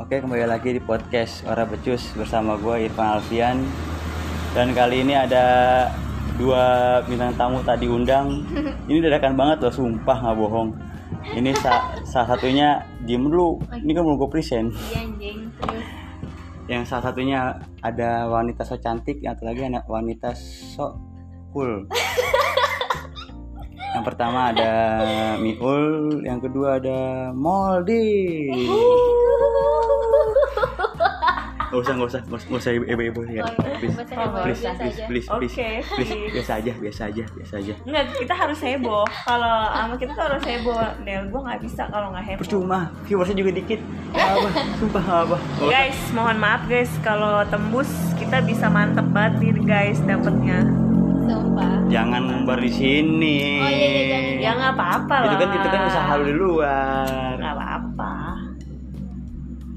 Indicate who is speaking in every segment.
Speaker 1: Oke, kembali lagi di podcast Ora Becus bersama gue Irfan Alfian. Dan kali ini ada dua bintang tamu tadi undang. Ini dadakan banget loh, sumpah nggak bohong. Ini sa- salah satunya diem dulu. Ini kan belum gue present.
Speaker 2: Iya anjing terus
Speaker 1: Yang salah satunya ada wanita so cantik, yang satu lagi anak wanita so cool. Yang pertama ada Miul, yang kedua ada Moldi.
Speaker 2: Uhuh.
Speaker 1: Gak usah, gak usah, gak usah, gak usah ibu-ibu ya.
Speaker 2: Oh, iya.
Speaker 1: Please,
Speaker 2: Bahasa ibu-ibu
Speaker 1: please,
Speaker 2: biasa
Speaker 1: please,
Speaker 2: aja.
Speaker 1: please, please,
Speaker 3: Oke,
Speaker 1: please,
Speaker 3: please.
Speaker 1: biasa aja, biasa aja, biasa aja.
Speaker 3: Enggak, kita harus heboh. Kalau sama kita tuh harus heboh. Del, gue nggak bisa kalau nggak heboh.
Speaker 1: Percuma, viewersnya juga dikit. Gak apa, sumpah gak apa. Gak usah.
Speaker 3: Guys, mohon maaf guys kalau tembus kita bisa mantep banget nih guys dapetnya.
Speaker 2: sumpah.
Speaker 1: Jangan ngumbar di sini.
Speaker 2: Oh, iya, iya, jangan.
Speaker 3: Ya nggak apa-apa lah.
Speaker 1: Itu kan itu kan usaha lu di luar.
Speaker 3: Nggak apa-apa.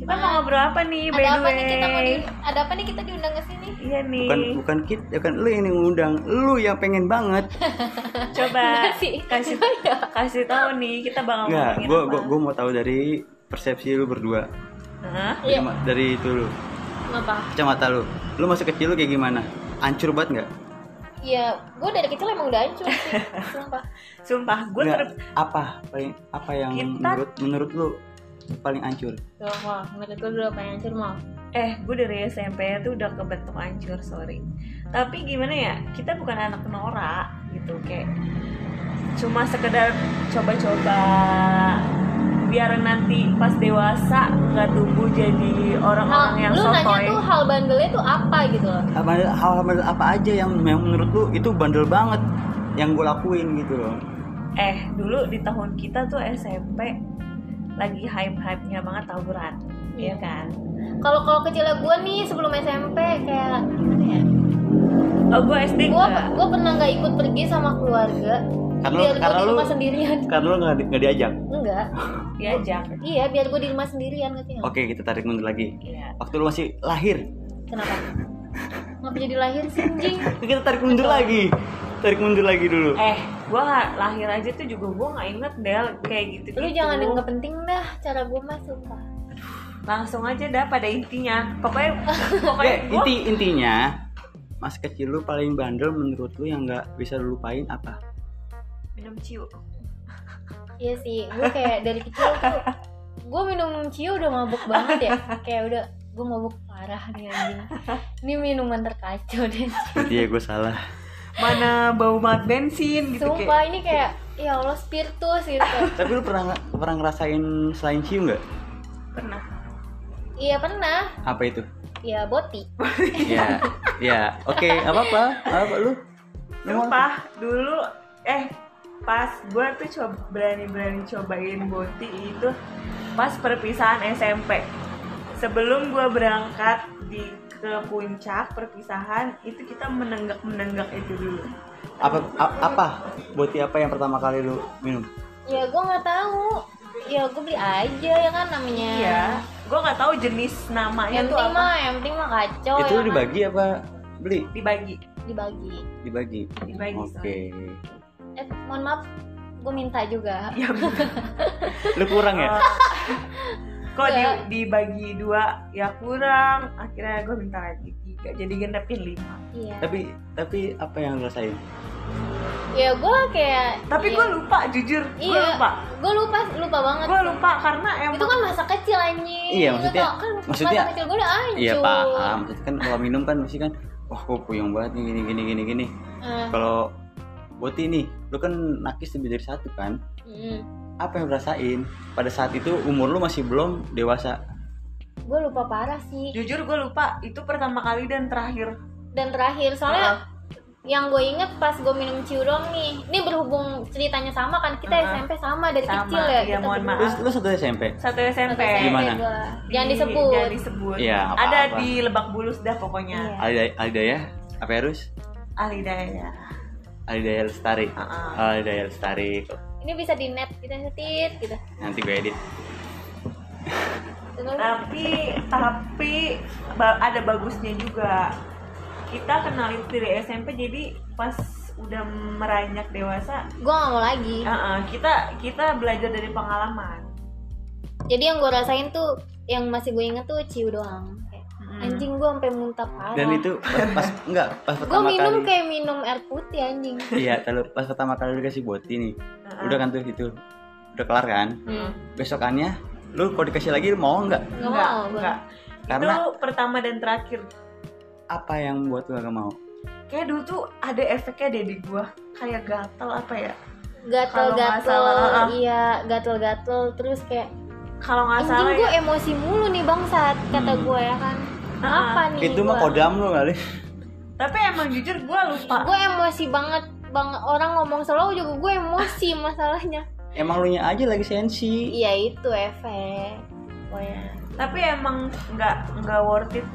Speaker 3: Kita
Speaker 2: Mana?
Speaker 3: mau ngobrol apa nih? by
Speaker 2: Ada
Speaker 3: the
Speaker 2: apa nih kita mau
Speaker 3: way?
Speaker 2: di ada apa nih kita diundang ke sini?
Speaker 3: Iya nih.
Speaker 1: Bukan bukan kit, bukan lu yang ngundang, lu yang pengen banget.
Speaker 3: Coba
Speaker 2: Masih.
Speaker 3: kasih
Speaker 2: Oh, iya.
Speaker 3: kasih tahu nih kita bakal
Speaker 1: Enggak,
Speaker 3: ngomongin
Speaker 1: gua
Speaker 3: apa.
Speaker 1: gua gua mau tahu dari persepsi lu berdua.
Speaker 3: Hah?
Speaker 2: Iya.
Speaker 1: Bagaima- Dari itu lu,
Speaker 2: Apa?
Speaker 1: kacamata lu. Lu masih kecil lu kayak gimana? Ancur banget nggak?
Speaker 2: Ya, gue dari kecil emang udah hancur sih, sumpah.
Speaker 3: Sumpah, gue
Speaker 1: Nggak,
Speaker 3: ter
Speaker 1: apa paling apa yang
Speaker 3: Kita-
Speaker 1: menurut menurut lu paling hancur?
Speaker 2: Tuh, mau Ya menurut gue dulu apa yang hancur mau?
Speaker 3: Eh, gue dari SMP tuh udah kebentuk hancur, sorry. Tapi gimana ya, kita bukan anak norak gitu, kayak cuma sekedar coba-coba biar nanti pas dewasa nggak tumbuh jadi orang-orang
Speaker 2: Hal,
Speaker 3: yang
Speaker 2: lu nanya
Speaker 3: sotoy.
Speaker 2: tuh hal bandelnya tuh apa gitu loh?
Speaker 1: Apa hal hal apa aja yang yang menurut lu itu bandel banget yang gue lakuin gitu loh.
Speaker 3: Eh, dulu di tahun kita tuh SMP lagi hype-hype-nya banget tawuran, iya kan?
Speaker 2: Kalau kalau kecilnya gue nih sebelum SMP kayak gimana ya?
Speaker 3: Oh, gue SD
Speaker 2: Gue
Speaker 3: nggak?
Speaker 2: gue pernah nggak ikut pergi sama keluarga
Speaker 1: Karena-
Speaker 2: biar gue
Speaker 1: karena
Speaker 2: Iya, di
Speaker 1: lu-
Speaker 2: rumah sendirian. Iya.
Speaker 1: Karena lu nggak di- nggak diajak.
Speaker 2: Enggak.
Speaker 3: diajak.
Speaker 2: Iya, biar gue di rumah sendirian ngerti nggak?
Speaker 1: Oke, kita tarik mundur lagi.
Speaker 3: Iya.
Speaker 1: Waktu lu masih lahir,
Speaker 2: Kenapa? Ngapa jadi lahir sih anjing?
Speaker 1: kita tarik mundur lagi. Tarik mundur lagi dulu.
Speaker 3: Eh, gue lahir aja tuh juga gue nggak inget Del kayak gitu.
Speaker 2: Lu jangan yang nggak penting dah cara gue mah sumpah.
Speaker 3: langsung aja dah pada intinya pokoknya pokoknya
Speaker 1: Eh,
Speaker 3: gua-
Speaker 1: inti intinya Mas kecil lu paling bandel menurut lu yang nggak bisa lu lupain apa?
Speaker 3: minum ciu
Speaker 2: Iya sih, gue kayak dari kecil tuh gue minum ciu udah mabuk banget ya. Kayak udah gue mabuk parah nih anjing. Ini minuman terkacau deh.
Speaker 3: Gitu
Speaker 1: Berarti ya gue salah.
Speaker 3: mana bau banget bensin gitu
Speaker 2: Sumpah ini kayak ya Allah spiritus gitu.
Speaker 1: Tapi lu pernah nggak- pernah ngerasain selain cium nggak?
Speaker 3: kayak pernah
Speaker 2: Iya pernah.
Speaker 1: Apa itu?
Speaker 2: Ya boti.
Speaker 1: Ya, ya. Oke, apa apa? Apa lu? Memang
Speaker 3: sumpah dulu eh pas gue tuh coba berani-berani cobain boti itu pas perpisahan SMP sebelum gue berangkat di ke puncak perpisahan itu kita menenggak menenggak itu dulu
Speaker 1: apa a- apa? Boti apa yang pertama kali lu minum?
Speaker 2: Ya gue nggak tahu. Ya gue beli aja ya kan namanya.
Speaker 3: iya gue nggak tahu jenis namanya
Speaker 2: Yang
Speaker 3: tuh
Speaker 2: penting
Speaker 3: apa
Speaker 2: mah, yang penting mah kacau
Speaker 1: itu
Speaker 2: ya
Speaker 1: lu
Speaker 2: kan?
Speaker 1: dibagi apa beli?
Speaker 3: dibagi
Speaker 2: dibagi.
Speaker 1: Dibagi.
Speaker 3: Dibagi,
Speaker 1: Oke.
Speaker 2: Eh mohon maaf, gue minta juga.
Speaker 3: ya
Speaker 1: Lu kurang
Speaker 2: Oh.
Speaker 1: ya?
Speaker 3: kok di,
Speaker 2: Enggak.
Speaker 3: dibagi dua ya kurang akhirnya gue minta lagi tiga jadi gendapin lima
Speaker 2: Iya.
Speaker 1: tapi tapi apa yang lu rasain?
Speaker 2: Ya gue kayak
Speaker 3: tapi
Speaker 2: iya.
Speaker 3: gue lupa jujur gue
Speaker 2: Iya.
Speaker 3: lupa
Speaker 2: gue lupa lupa banget
Speaker 3: gue lupa karena emang
Speaker 2: itu kan masa kecil anjing
Speaker 1: Iya,
Speaker 2: Lu
Speaker 1: maksudnya-
Speaker 2: tau kan
Speaker 1: maksudnya-
Speaker 2: masa kecil gue udah hancur
Speaker 1: Iya paham. Maksudnya kan kalau minum kan mesti kan wah kok puyeng banget nih gini gini gini gini.
Speaker 2: Eh,
Speaker 1: Kalau Boti nih, lu kan nakis lebih dari satu kan?
Speaker 2: mm.
Speaker 1: Apa yang lu rasain? Pada saat itu umur lu masih belum dewasa.
Speaker 2: gue lupa parah sih
Speaker 3: jujur gue lupa itu pertama kali dan terakhir
Speaker 2: dan terakhir soalnya yang gue inget pas gue minum ciu doang nih ini berhubung ceritanya sama kan kita
Speaker 3: Heeh.
Speaker 2: SMP sama dari
Speaker 3: Sama,
Speaker 2: kecil ya
Speaker 3: iya,
Speaker 2: kita
Speaker 3: mohon
Speaker 2: berdua.
Speaker 1: Terus lu satu SMP.
Speaker 2: Satu
Speaker 3: satu
Speaker 2: SMP
Speaker 3: SMP
Speaker 1: Gimana?
Speaker 2: gua.
Speaker 3: Di-
Speaker 2: jangan disebut
Speaker 3: jangan disebut
Speaker 1: Iya, apa-apa.
Speaker 3: ada di lebak bulus dah pokoknya
Speaker 2: Iya.
Speaker 1: Alida Alidaya Aperus,
Speaker 3: alidaya
Speaker 1: Alidaya Lestari.
Speaker 2: Ah,
Speaker 3: Heeh.
Speaker 1: Alidaya Lestari.
Speaker 2: ini bisa di net kita nyetit gitu
Speaker 1: Nanti gue edit.
Speaker 2: Terus-
Speaker 3: tapi tapi ba- ada bagusnya juga kita kenal itu dari SMP jadi pas udah meranjak dewasa
Speaker 2: gue gak mau lagi
Speaker 3: Uh-uh, kita kita belajar dari pengalaman.
Speaker 2: jadi yang gue rasain tuh yang masih gue inget tuh ciu doang kayak,
Speaker 3: Mm.
Speaker 2: Hmm. anjing gue sampai muntah parah
Speaker 1: Hmm. Dan itu pas, pas enggak pas
Speaker 2: gue
Speaker 1: pertama
Speaker 2: Ah. minum
Speaker 1: kali.
Speaker 2: kayak minum air putih anjing
Speaker 1: Iya, lalu pas pertama kali lu kasih boti nih.
Speaker 2: Ah.
Speaker 3: Heeh.
Speaker 1: Udah kan tuh itu. Udah kelar kan?
Speaker 3: Hmm.
Speaker 1: Besokannya lu kalau dikasih lagi lu mau nggak?
Speaker 2: nggak
Speaker 3: Enggak,
Speaker 2: mau gue
Speaker 3: enggak.
Speaker 1: Karena
Speaker 3: Itu pertama dan terakhir.
Speaker 1: apa yang buat lu gak mau?
Speaker 3: Kayak dulu tuh ada efeknya deh di gua kayak gatel apa ya?
Speaker 2: gatel gatel
Speaker 3: Kalau ah, nggak salah.
Speaker 2: iya gatel gatel terus kayak
Speaker 3: Kalau nggak
Speaker 2: anjing
Speaker 3: salah
Speaker 2: gue
Speaker 3: ya.
Speaker 2: emosi mulu nih bangsat kata
Speaker 1: Hmm.
Speaker 2: gue ya kan
Speaker 3: Ah,
Speaker 2: apa nih
Speaker 1: itu mah
Speaker 2: gue
Speaker 1: kodam lu kali.
Speaker 3: Tapi emang jujur gua lupa.
Speaker 2: gue emosi banget bang orang ngomong selalu juga gue emosi masalahnya
Speaker 1: Emang lu nya aja lagi sensi.
Speaker 2: iya itu efek pokoknya
Speaker 3: Tapi emang nggak nggak worth it.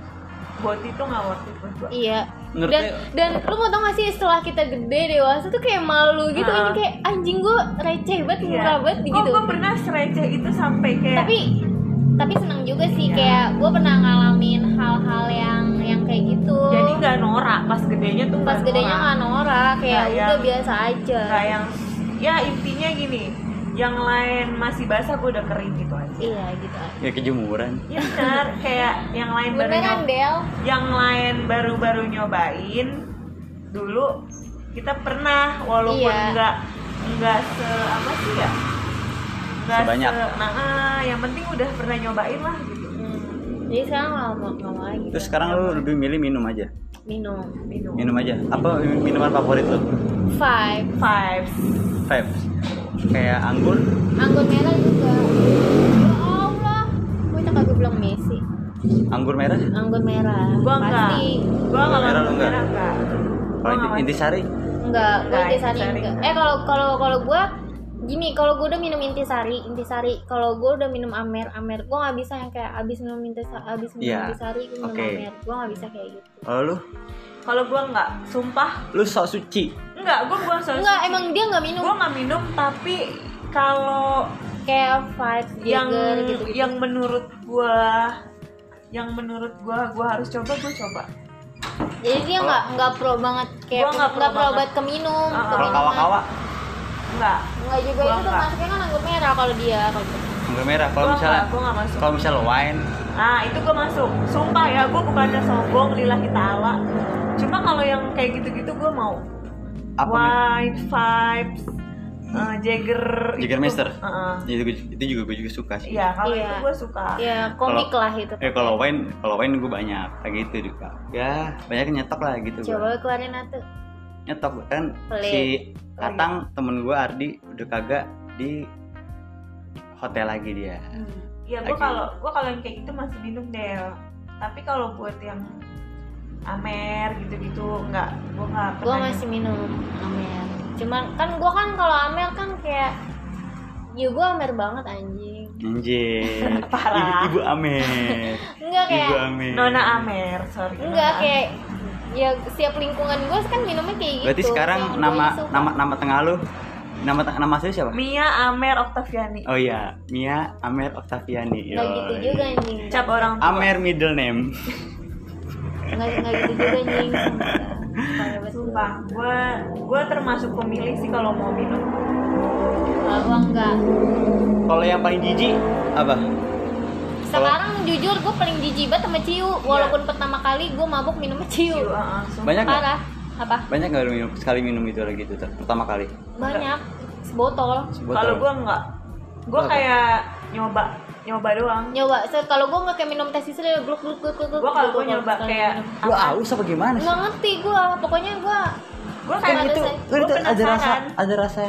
Speaker 3: Buat itu nggak worth it buat gua.
Speaker 2: iya
Speaker 1: Menurut
Speaker 2: dan
Speaker 1: lu-
Speaker 2: dan lu mau tau gak sih setelah kita gede dewasa tuh kayak malu gitu
Speaker 3: Ah.
Speaker 2: ini kayak anjing gue receh banget
Speaker 3: Iya.
Speaker 2: murah banget
Speaker 3: Kok
Speaker 2: gitu
Speaker 3: gua pernah sereceh itu sampai kayak
Speaker 2: tapi tapi seneng juga sih
Speaker 3: Iya.
Speaker 2: kayak gue pernah ngalamin hal-hal yang yang kayak gitu
Speaker 3: jadi nggak norak pas gedenya tuh
Speaker 2: pas
Speaker 3: nggak
Speaker 2: gedenya
Speaker 3: norak.
Speaker 2: kan norak kayak
Speaker 3: Nggak
Speaker 2: udah
Speaker 3: yang-
Speaker 2: biasa aja
Speaker 3: Nggak yang ya intinya gini yang lain masih basah gua udah kering gitu aja
Speaker 2: iya gitu aja.
Speaker 1: ya kejemuran.
Speaker 3: ya benar kayak yang lain baru
Speaker 2: beneran
Speaker 3: nyob-
Speaker 2: kan, Del
Speaker 3: yang lain baru-baru nyobain dulu kita pernah walaupun
Speaker 2: Iya.
Speaker 3: nggak nggak se apa sih ya nggak
Speaker 1: Sebanyak.
Speaker 3: se- nah ah, yang penting udah pernah nyobain lah gitu
Speaker 2: Hmm. jadi sekarang nggak mau nggak mau lagi
Speaker 1: Terus sekarang lu lebih milih minum aja.
Speaker 2: minum
Speaker 3: minum
Speaker 1: Minum aja. Apa minuman favorit lu?
Speaker 2: five
Speaker 3: vibes
Speaker 1: Vibes. Kayak anggur.
Speaker 2: anggur merah juga ya Allah gue tuh kagak bilang Messi
Speaker 1: Anggur merah.
Speaker 2: anggur merah
Speaker 3: Gua enggak.
Speaker 2: pasti
Speaker 3: gua nggak
Speaker 1: Merah lu
Speaker 3: masuk
Speaker 1: nggak?
Speaker 3: merah nggak Gua
Speaker 1: Kalau
Speaker 3: nggak
Speaker 1: inti- intisari
Speaker 2: enggak gue
Speaker 3: Enggak,
Speaker 2: intisari
Speaker 3: Nah, intisari
Speaker 2: enggak
Speaker 3: enggak.
Speaker 2: eh kalau kalau kalau gue gini kalau gue udah minum intisari intisari kalau gue udah minum amer amer gue nggak bisa yang kayak abis minum intisari abis minum
Speaker 1: Iya.
Speaker 2: intisari gue minum
Speaker 1: Oke.
Speaker 2: amer gue nggak bisa kayak gitu
Speaker 1: Kalau lu,
Speaker 3: masuk. kalau gua nggak sumpah
Speaker 1: lu sok suci.
Speaker 3: nggak gua bukan soal
Speaker 2: enggak
Speaker 3: suci.
Speaker 2: emang dia nggak minum
Speaker 3: gua nggak minum tapi kalau
Speaker 2: kayak five
Speaker 3: yang
Speaker 2: Jager gitu gitu
Speaker 3: yang menurut gua yang menurut gua gua harus coba gua coba
Speaker 2: jadi dia nggak nggak pro banget kayak
Speaker 3: Gua nggak pro
Speaker 2: nggak pro
Speaker 3: banget.
Speaker 2: banget ke minum
Speaker 3: Ah,
Speaker 2: ke
Speaker 1: Kalau
Speaker 2: minuman.
Speaker 1: kawa-kawa,
Speaker 3: nggak
Speaker 2: nggak juga
Speaker 3: Gua
Speaker 2: itu tuh
Speaker 3: nggak.
Speaker 2: masuknya kan anggur merah kalau dia kalau dia.
Speaker 1: anggur merah. Kalau
Speaker 3: Gua
Speaker 1: misalnya,
Speaker 3: nggak- gua nggak masuk.
Speaker 1: kalau misalnya wine,
Speaker 3: nah itu gua masuk sumpah ya gua bukannya sombong lillahi ta'ala cuma kalau yang kayak gitu-gitu gua mau
Speaker 1: apa?
Speaker 3: white vibes eh, Jagger itu
Speaker 1: Jagger
Speaker 3: gua-
Speaker 1: Master?
Speaker 3: Heeh.
Speaker 1: Itu, juga- itu juga gue juga suka sih.
Speaker 3: iya kalau
Speaker 2: Iya.
Speaker 3: itu gua suka
Speaker 2: ya komik
Speaker 1: Kalau-
Speaker 2: lah itu
Speaker 1: Eh kalau wine, kalau wine gue banyak kayak gitu juga. Ya banyak nyetok lah gitu. gua.
Speaker 2: coba keluarin satu
Speaker 1: Nyetok kan
Speaker 2: Pelit.
Speaker 1: si Katang temen gue Ardi udah kagak di hotel lagi dia.
Speaker 3: Iya, gua
Speaker 1: Lagi.
Speaker 3: kalau gua kalau yang kayak gitu masih minum Del. Tapi kalau buat yang amer gitu-gitu nggak, gua nggak
Speaker 2: gue
Speaker 3: pernah
Speaker 2: masih minum amer cuman kan gue kan kalau amer kan kayak ya gue amer banget anjing
Speaker 1: Anjir.
Speaker 3: Parah.
Speaker 1: Ibu, ibu Amer.
Speaker 2: enggak
Speaker 1: ibu
Speaker 2: kayak
Speaker 1: Amer.
Speaker 3: Nona amer, sorry.
Speaker 2: enggak
Speaker 3: Nona Amer.
Speaker 2: kayak ya setiap lingkungan gue kan minumnya kayak gitu
Speaker 1: Berarti sekarang
Speaker 2: Yang gua
Speaker 1: nama
Speaker 2: suka.
Speaker 1: nama nama tengah lu nama te- nama asli siapa?
Speaker 3: Mia Amer Oktaviani.
Speaker 1: Oh iya, Mia Amer Oktaviani.
Speaker 3: Nah,
Speaker 2: nggak gitu
Speaker 1: Yoi.
Speaker 2: juga anjing
Speaker 3: Cap orang tua.
Speaker 1: Amer middle name.
Speaker 2: nggak nggak gitu juga anjing Parah banget.
Speaker 3: Sumpah, gua gua termasuk pemilih sih kalau mau minum.
Speaker 2: Kalau gua enggak
Speaker 1: Kalau yang paling jijik apa?
Speaker 2: sekarang jujur gue paling jijik banget sama ciu
Speaker 1: Iya.
Speaker 2: walaupun pertama kali gue mabuk minumnya ciu
Speaker 3: Iya, heeh, sumpah.
Speaker 1: Banyak nggak?
Speaker 2: parah apa
Speaker 1: Banyak nggak lu minum sekali minum itu lagi itu pertama kali?
Speaker 2: banyak sebotol
Speaker 1: Sebotol.
Speaker 3: Kalau gua nggak, gua
Speaker 1: Apa?
Speaker 3: kayak nyoba nyoba doang.
Speaker 2: nyoba so, kalau gue nggak kayak minum teh sisir ya gluk gluk gluk gluk gluk,
Speaker 3: Gua kalau
Speaker 2: gluk,
Speaker 3: gua
Speaker 2: gluk,
Speaker 3: nyoba
Speaker 2: sekali
Speaker 3: kayak
Speaker 2: minum.
Speaker 1: lu aus apa gimana sih?
Speaker 2: nggak ngerti gue pokoknya gue
Speaker 3: Gua
Speaker 1: Kan
Speaker 3: kayak gitu.
Speaker 1: itu,
Speaker 2: Nggak ada,
Speaker 1: kan
Speaker 3: Gua
Speaker 1: itu ada rasa
Speaker 3: penasaran.
Speaker 1: ada rasa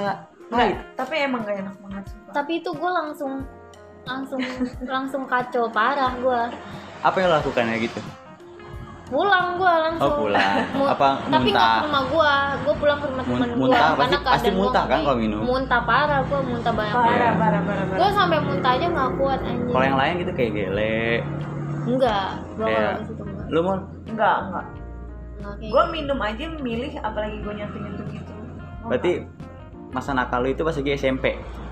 Speaker 3: Nggak,
Speaker 1: pahit.
Speaker 3: tapi emang gak enak banget sumpah.
Speaker 2: tapi itu gue langsung langsung langsung kacau parah gue
Speaker 1: Apa yang lo lakukan ya gitu?
Speaker 2: pulang gue langsung
Speaker 1: Oh, pulang.
Speaker 2: Mu-
Speaker 1: Apa
Speaker 2: tapi nggak
Speaker 1: muntah?
Speaker 2: ke rumah gue gue pulang ke rumah
Speaker 1: Mun-
Speaker 2: temen gue
Speaker 1: muntah, pasti- pasti muntah kan kalau minum?
Speaker 2: muntah parah gue muntah banyak
Speaker 3: Parah,
Speaker 1: Iya.
Speaker 3: parah, parah, parah.
Speaker 2: gue sampai muntah aja nggak kuat anjing
Speaker 1: Kalau yang Iya. lain gitu kayak gele.
Speaker 2: enggak gue
Speaker 1: Kayak-
Speaker 2: nggak ke situ enggak
Speaker 1: Lu mau
Speaker 3: Enggak,
Speaker 2: Enggak
Speaker 3: enggak.
Speaker 2: kayak gitu.
Speaker 3: gue minum aja milih apalagi gue nyentuh nyentuh gitu Gua
Speaker 1: berarti masa nakal lu itu pas lagi SMP.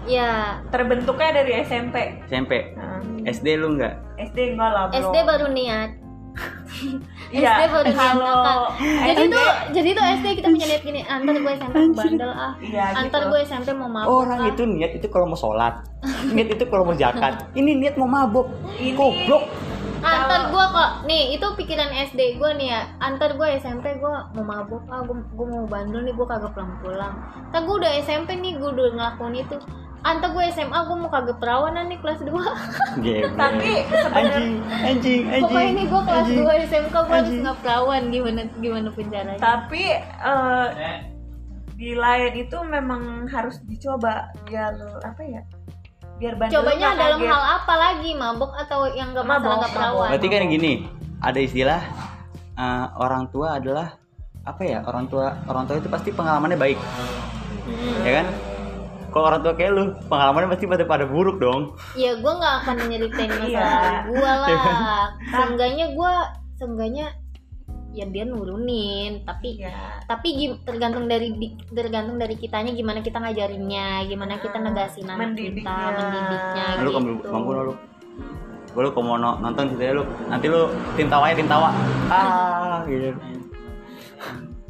Speaker 2: ya
Speaker 3: nggak- terbentuknya dari SMP
Speaker 1: SMP.
Speaker 3: Nah,
Speaker 1: SD lu nggak?
Speaker 3: SD enggak lah bro
Speaker 2: SD baru niat
Speaker 3: Iya,
Speaker 2: SD baru niat nakal.
Speaker 3: kalau
Speaker 2: Jadi
Speaker 3: SD,
Speaker 2: tuh jadi tuh SD kita punya niat gini, antar gue SMP mau bandel ah.
Speaker 3: Iya, gitu.
Speaker 2: Antar gue SMP mau mabuk.
Speaker 1: Oh, Orang
Speaker 2: ah.
Speaker 1: itu niat itu kalau mau sholat, niat itu kalau mau zakat. Ini niat mau mabok, goblok.
Speaker 2: Ah, antar gue kok nih itu pikiran SD gue nih ya antar gue SMP gue mau mabuk ah gue, gue mau bandel nih gue kagak pulang pulang tak gue udah SMP nih gue udah ngelakuin itu antar gue SMA gue mau kagak perawanan nih kelas 2
Speaker 1: Geblek.
Speaker 3: tapi sebenarnya
Speaker 1: anjing, anjing, anjing.
Speaker 2: pokoknya nih gue kelas
Speaker 1: anjing.
Speaker 2: 2 SMK gue harus
Speaker 1: Anjing.
Speaker 2: nggak perawan gimana gimana penjaranya
Speaker 3: tapi eh, di lain itu memang harus dicoba biar apa ya biar bandel
Speaker 2: cobanya
Speaker 3: nggak gitu.
Speaker 2: dalam
Speaker 3: kaget.
Speaker 2: hal apa lagi mabuk atau yang gak
Speaker 3: Mabok,
Speaker 2: masalah nggak perawan
Speaker 1: Berarti kan gini, ada istilah eh, orang tua adalah apa ya? Orang tua orang tua itu pasti pengalamannya baik. Ya kan? Kalau orang tua kayak lu, pengalamannya pasti pada pada buruk dong.
Speaker 2: ya gue nggak akan nyeritain masa
Speaker 3: Iya.
Speaker 2: lalu gue lah seenggaknya gue seenggaknya ya dia nurunin tapi
Speaker 3: Iya.
Speaker 2: tapi gim- tergantung dari di- tergantung dari kitanya gimana kita ngajarinnya gimana kita negasin anak kita
Speaker 3: Ah, Mendidiknya.
Speaker 2: mendidiknya
Speaker 1: Nah, lu kamu
Speaker 2: gitu
Speaker 1: mampu lu. Gue lu kalau mau no- nonton gitu ya lu. Nanti lu tim tawa ya tim tawa. Ah, gitu.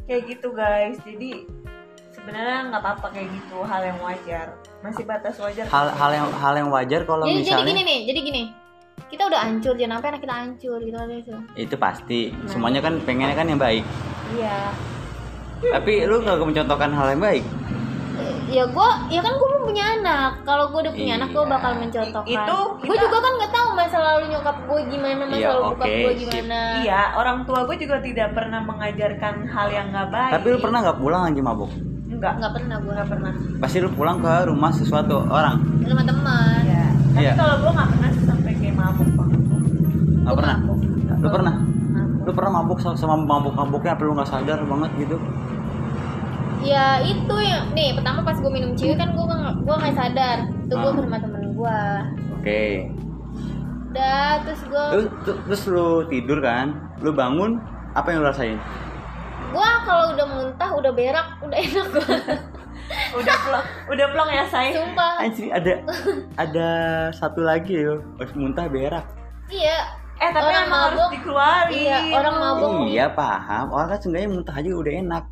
Speaker 3: kayak gitu guys jadi sebenarnya nggak apa-apa kayak gitu hal yang wajar masih batas wajar
Speaker 1: Hal hal yang hal yang wajar kalau
Speaker 2: jadi jadi gini
Speaker 1: misalnya
Speaker 2: nih jadi gini kita udah hancur jangan sampai anak kita hancur gitu aja sih
Speaker 1: itu pasti semuanya kan pengennya kan yang baik.
Speaker 2: iya
Speaker 1: Tapi lu nggak mencontohkan hal yang baik.
Speaker 2: Eh, ya gue ya kan gue belum punya anak kalau gue udah punya anak gue
Speaker 1: Iya.
Speaker 2: bakal mencontohkan
Speaker 3: Itu
Speaker 2: gue
Speaker 3: kita-
Speaker 2: juga kan nggak tahu masa lalu nyokap gue gimana masa
Speaker 1: Iya,
Speaker 2: lalu bokap
Speaker 1: oke,
Speaker 2: gue
Speaker 1: sip.
Speaker 2: gimana
Speaker 3: iya orang tua gue juga tidak pernah mengajarkan hal yang nggak baik
Speaker 1: Tapi lu pernah nggak pulang lagi mabuk?
Speaker 3: nggak
Speaker 2: nggak pernah gue
Speaker 3: nggak pernah
Speaker 1: Pasti lu pulang ke rumah sesuatu orang.
Speaker 2: teman-teman
Speaker 3: Iya. tapi
Speaker 1: Iya.
Speaker 3: kalau gue nggak pernah sih sampai kayak mabuk banget
Speaker 1: Gak pernah? Lu pernah?
Speaker 3: Mabuk.
Speaker 1: Lu pernah mabuk sama- sama mabuk-mabuknya apa lu gak sadar banget gitu?
Speaker 2: ya itu ya nih pertama pas gue minum ciu kan gue gue nggak sadar itu gue
Speaker 1: Ah.
Speaker 2: ke rumah temen gue
Speaker 1: Oke
Speaker 2: udah terus gue
Speaker 1: Lu- tu- Terus lu tidur kan? Lu bangun, apa yang lu rasain?
Speaker 2: gue kalau udah muntah udah berak udah enak gue
Speaker 3: udah plong udah plong ya say
Speaker 2: sumpah
Speaker 1: Anjir ada ada satu lagi ya harus muntah berak
Speaker 2: iya
Speaker 3: eh tapi
Speaker 2: Orang
Speaker 3: emang harus
Speaker 2: mabuk.
Speaker 3: dikeluarin
Speaker 2: Iya, orang mabuk. Bohong.
Speaker 1: Iya paham, orang kan seenggaknya muntah aja udah enak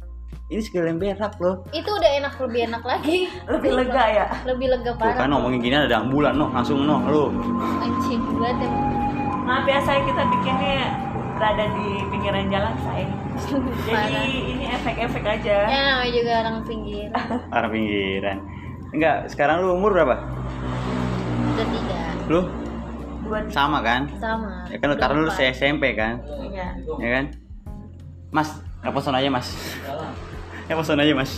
Speaker 1: Ini sekalian berak loh
Speaker 2: itu udah enak lebih enak lagi
Speaker 3: lebih lega ya
Speaker 2: lebih lega
Speaker 1: Tuh
Speaker 2: parah
Speaker 1: kan ngomongin gini ada ambulan noh, langsung noh lu
Speaker 2: anjing banget emang.
Speaker 3: maaf ya saya kita bikinnya berada di pinggiran jalan saya jadi ini efek-efek aja
Speaker 2: ya namanya juga orang pinggir
Speaker 1: Orang pinggiran Enggak, sekarang lu umur berapa?
Speaker 2: udah tiga
Speaker 1: Lu
Speaker 3: buat
Speaker 1: sama kan?
Speaker 2: sama
Speaker 1: Ya kan lu taruh lu
Speaker 2: Berempat.
Speaker 1: SMP kan?
Speaker 3: ya.
Speaker 1: ya kan mas nelfon aja mas nelfon aja mas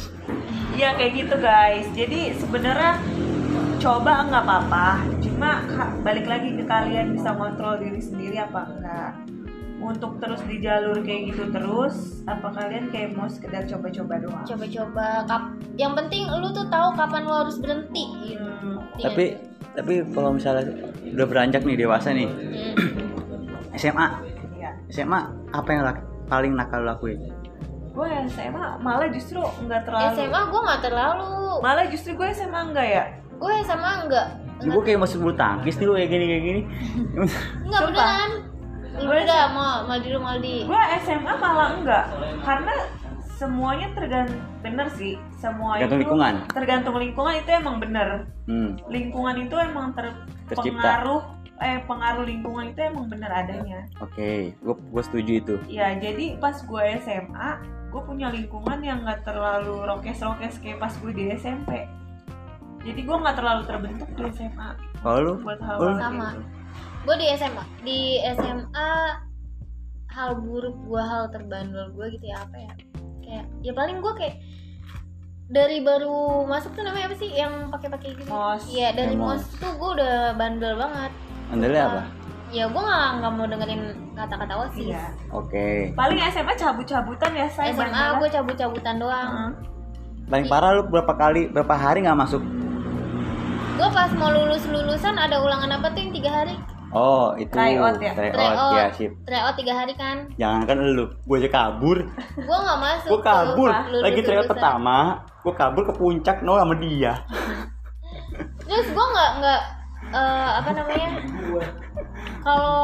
Speaker 3: Iya kayak gitu guys. Jadi sebenarnya coba nggak apa-apa. Cuma ha- balik lagi ke kalian bisa kontrol diri sendiri apa enggak. Untuk terus di jalur kayak gitu terus, apa kalian kayak mau sekedar coba-coba doang?
Speaker 2: coba-coba kap yang penting lu tuh tahu kapan lu harus berhenti gitu.
Speaker 3: Hmm,
Speaker 2: Ngerti nggak
Speaker 1: tapi
Speaker 2: sih?
Speaker 1: tapi kalau misalnya udah beranjak nih dewasa nih
Speaker 2: Hmm.
Speaker 1: SMA
Speaker 3: iya.
Speaker 1: SMA apa yang lak- paling nakal lo lakuin
Speaker 3: Gue SMA malah justru nggak terlalu.
Speaker 2: SMA gue nggak terlalu
Speaker 3: Malah justru gue SMA enggak ya.
Speaker 2: gue SMA enggak
Speaker 1: Lu gue Ya kayak masuk bulu tangkis nih lu kayak gini kayak gini
Speaker 2: enggak
Speaker 3: Sumpah.
Speaker 2: beneran lu
Speaker 3: Gue
Speaker 2: udah mau mau di rumah di
Speaker 3: Gue SMA malah enggak. Karena semuanya tergantung bener sih semua
Speaker 1: Tergantung
Speaker 3: itu-
Speaker 1: lingkungan.
Speaker 3: tergantung lingkungan itu emang bener
Speaker 1: hmm.
Speaker 3: lingkungan itu emang ter
Speaker 1: Tercipta.
Speaker 3: pengaruh eh pengaruh lingkungan itu emang bener adanya
Speaker 1: oke gue gue setuju itu
Speaker 3: ya jadi pas gue SMA gue punya lingkungan yang nggak terlalu rokes-rokes kayak pas gue di SMP jadi gue nggak terlalu terbentuk di SMA
Speaker 1: kalau lu
Speaker 3: buat hal-hal kayak
Speaker 2: Sama.
Speaker 3: gitu.
Speaker 2: gue di SMA di SMA hal buruk gue hal terbandel gue gitu ya apa ya kayak ya paling gue kayak dari baru masuk tuh namanya apa sih yang pakai-pakai gitu
Speaker 3: Mos.
Speaker 2: iya dari
Speaker 1: Ya, mos.
Speaker 2: mos tuh gue udah bandel banget
Speaker 1: andelnya apa
Speaker 2: ya gue nggak nggak mau dengerin kata-kata osis
Speaker 3: Iya.
Speaker 1: oke
Speaker 3: paling SMA cabut-cabutan ya saya
Speaker 2: SMA gue cabut-cabutan doang
Speaker 1: Hmm. paling parah lu berapa kali berapa hari nggak masuk
Speaker 2: gue pas mau lulus lulusan ada ulangan apa tuh yang tiga hari
Speaker 1: oh itu
Speaker 3: Tryout ya?
Speaker 1: Tryout,
Speaker 2: Tryout.
Speaker 1: ya sip
Speaker 2: tryout tiga hari kan
Speaker 1: jangan kan lu gue aja kabur
Speaker 2: gue nggak masuk
Speaker 1: gue kabur
Speaker 2: tuh
Speaker 1: lagi tryout
Speaker 2: lulus-lulusan.
Speaker 1: pertama gue kabur ke puncak no sama dia
Speaker 2: terus gue nggak nggak eh, apa namanya kalau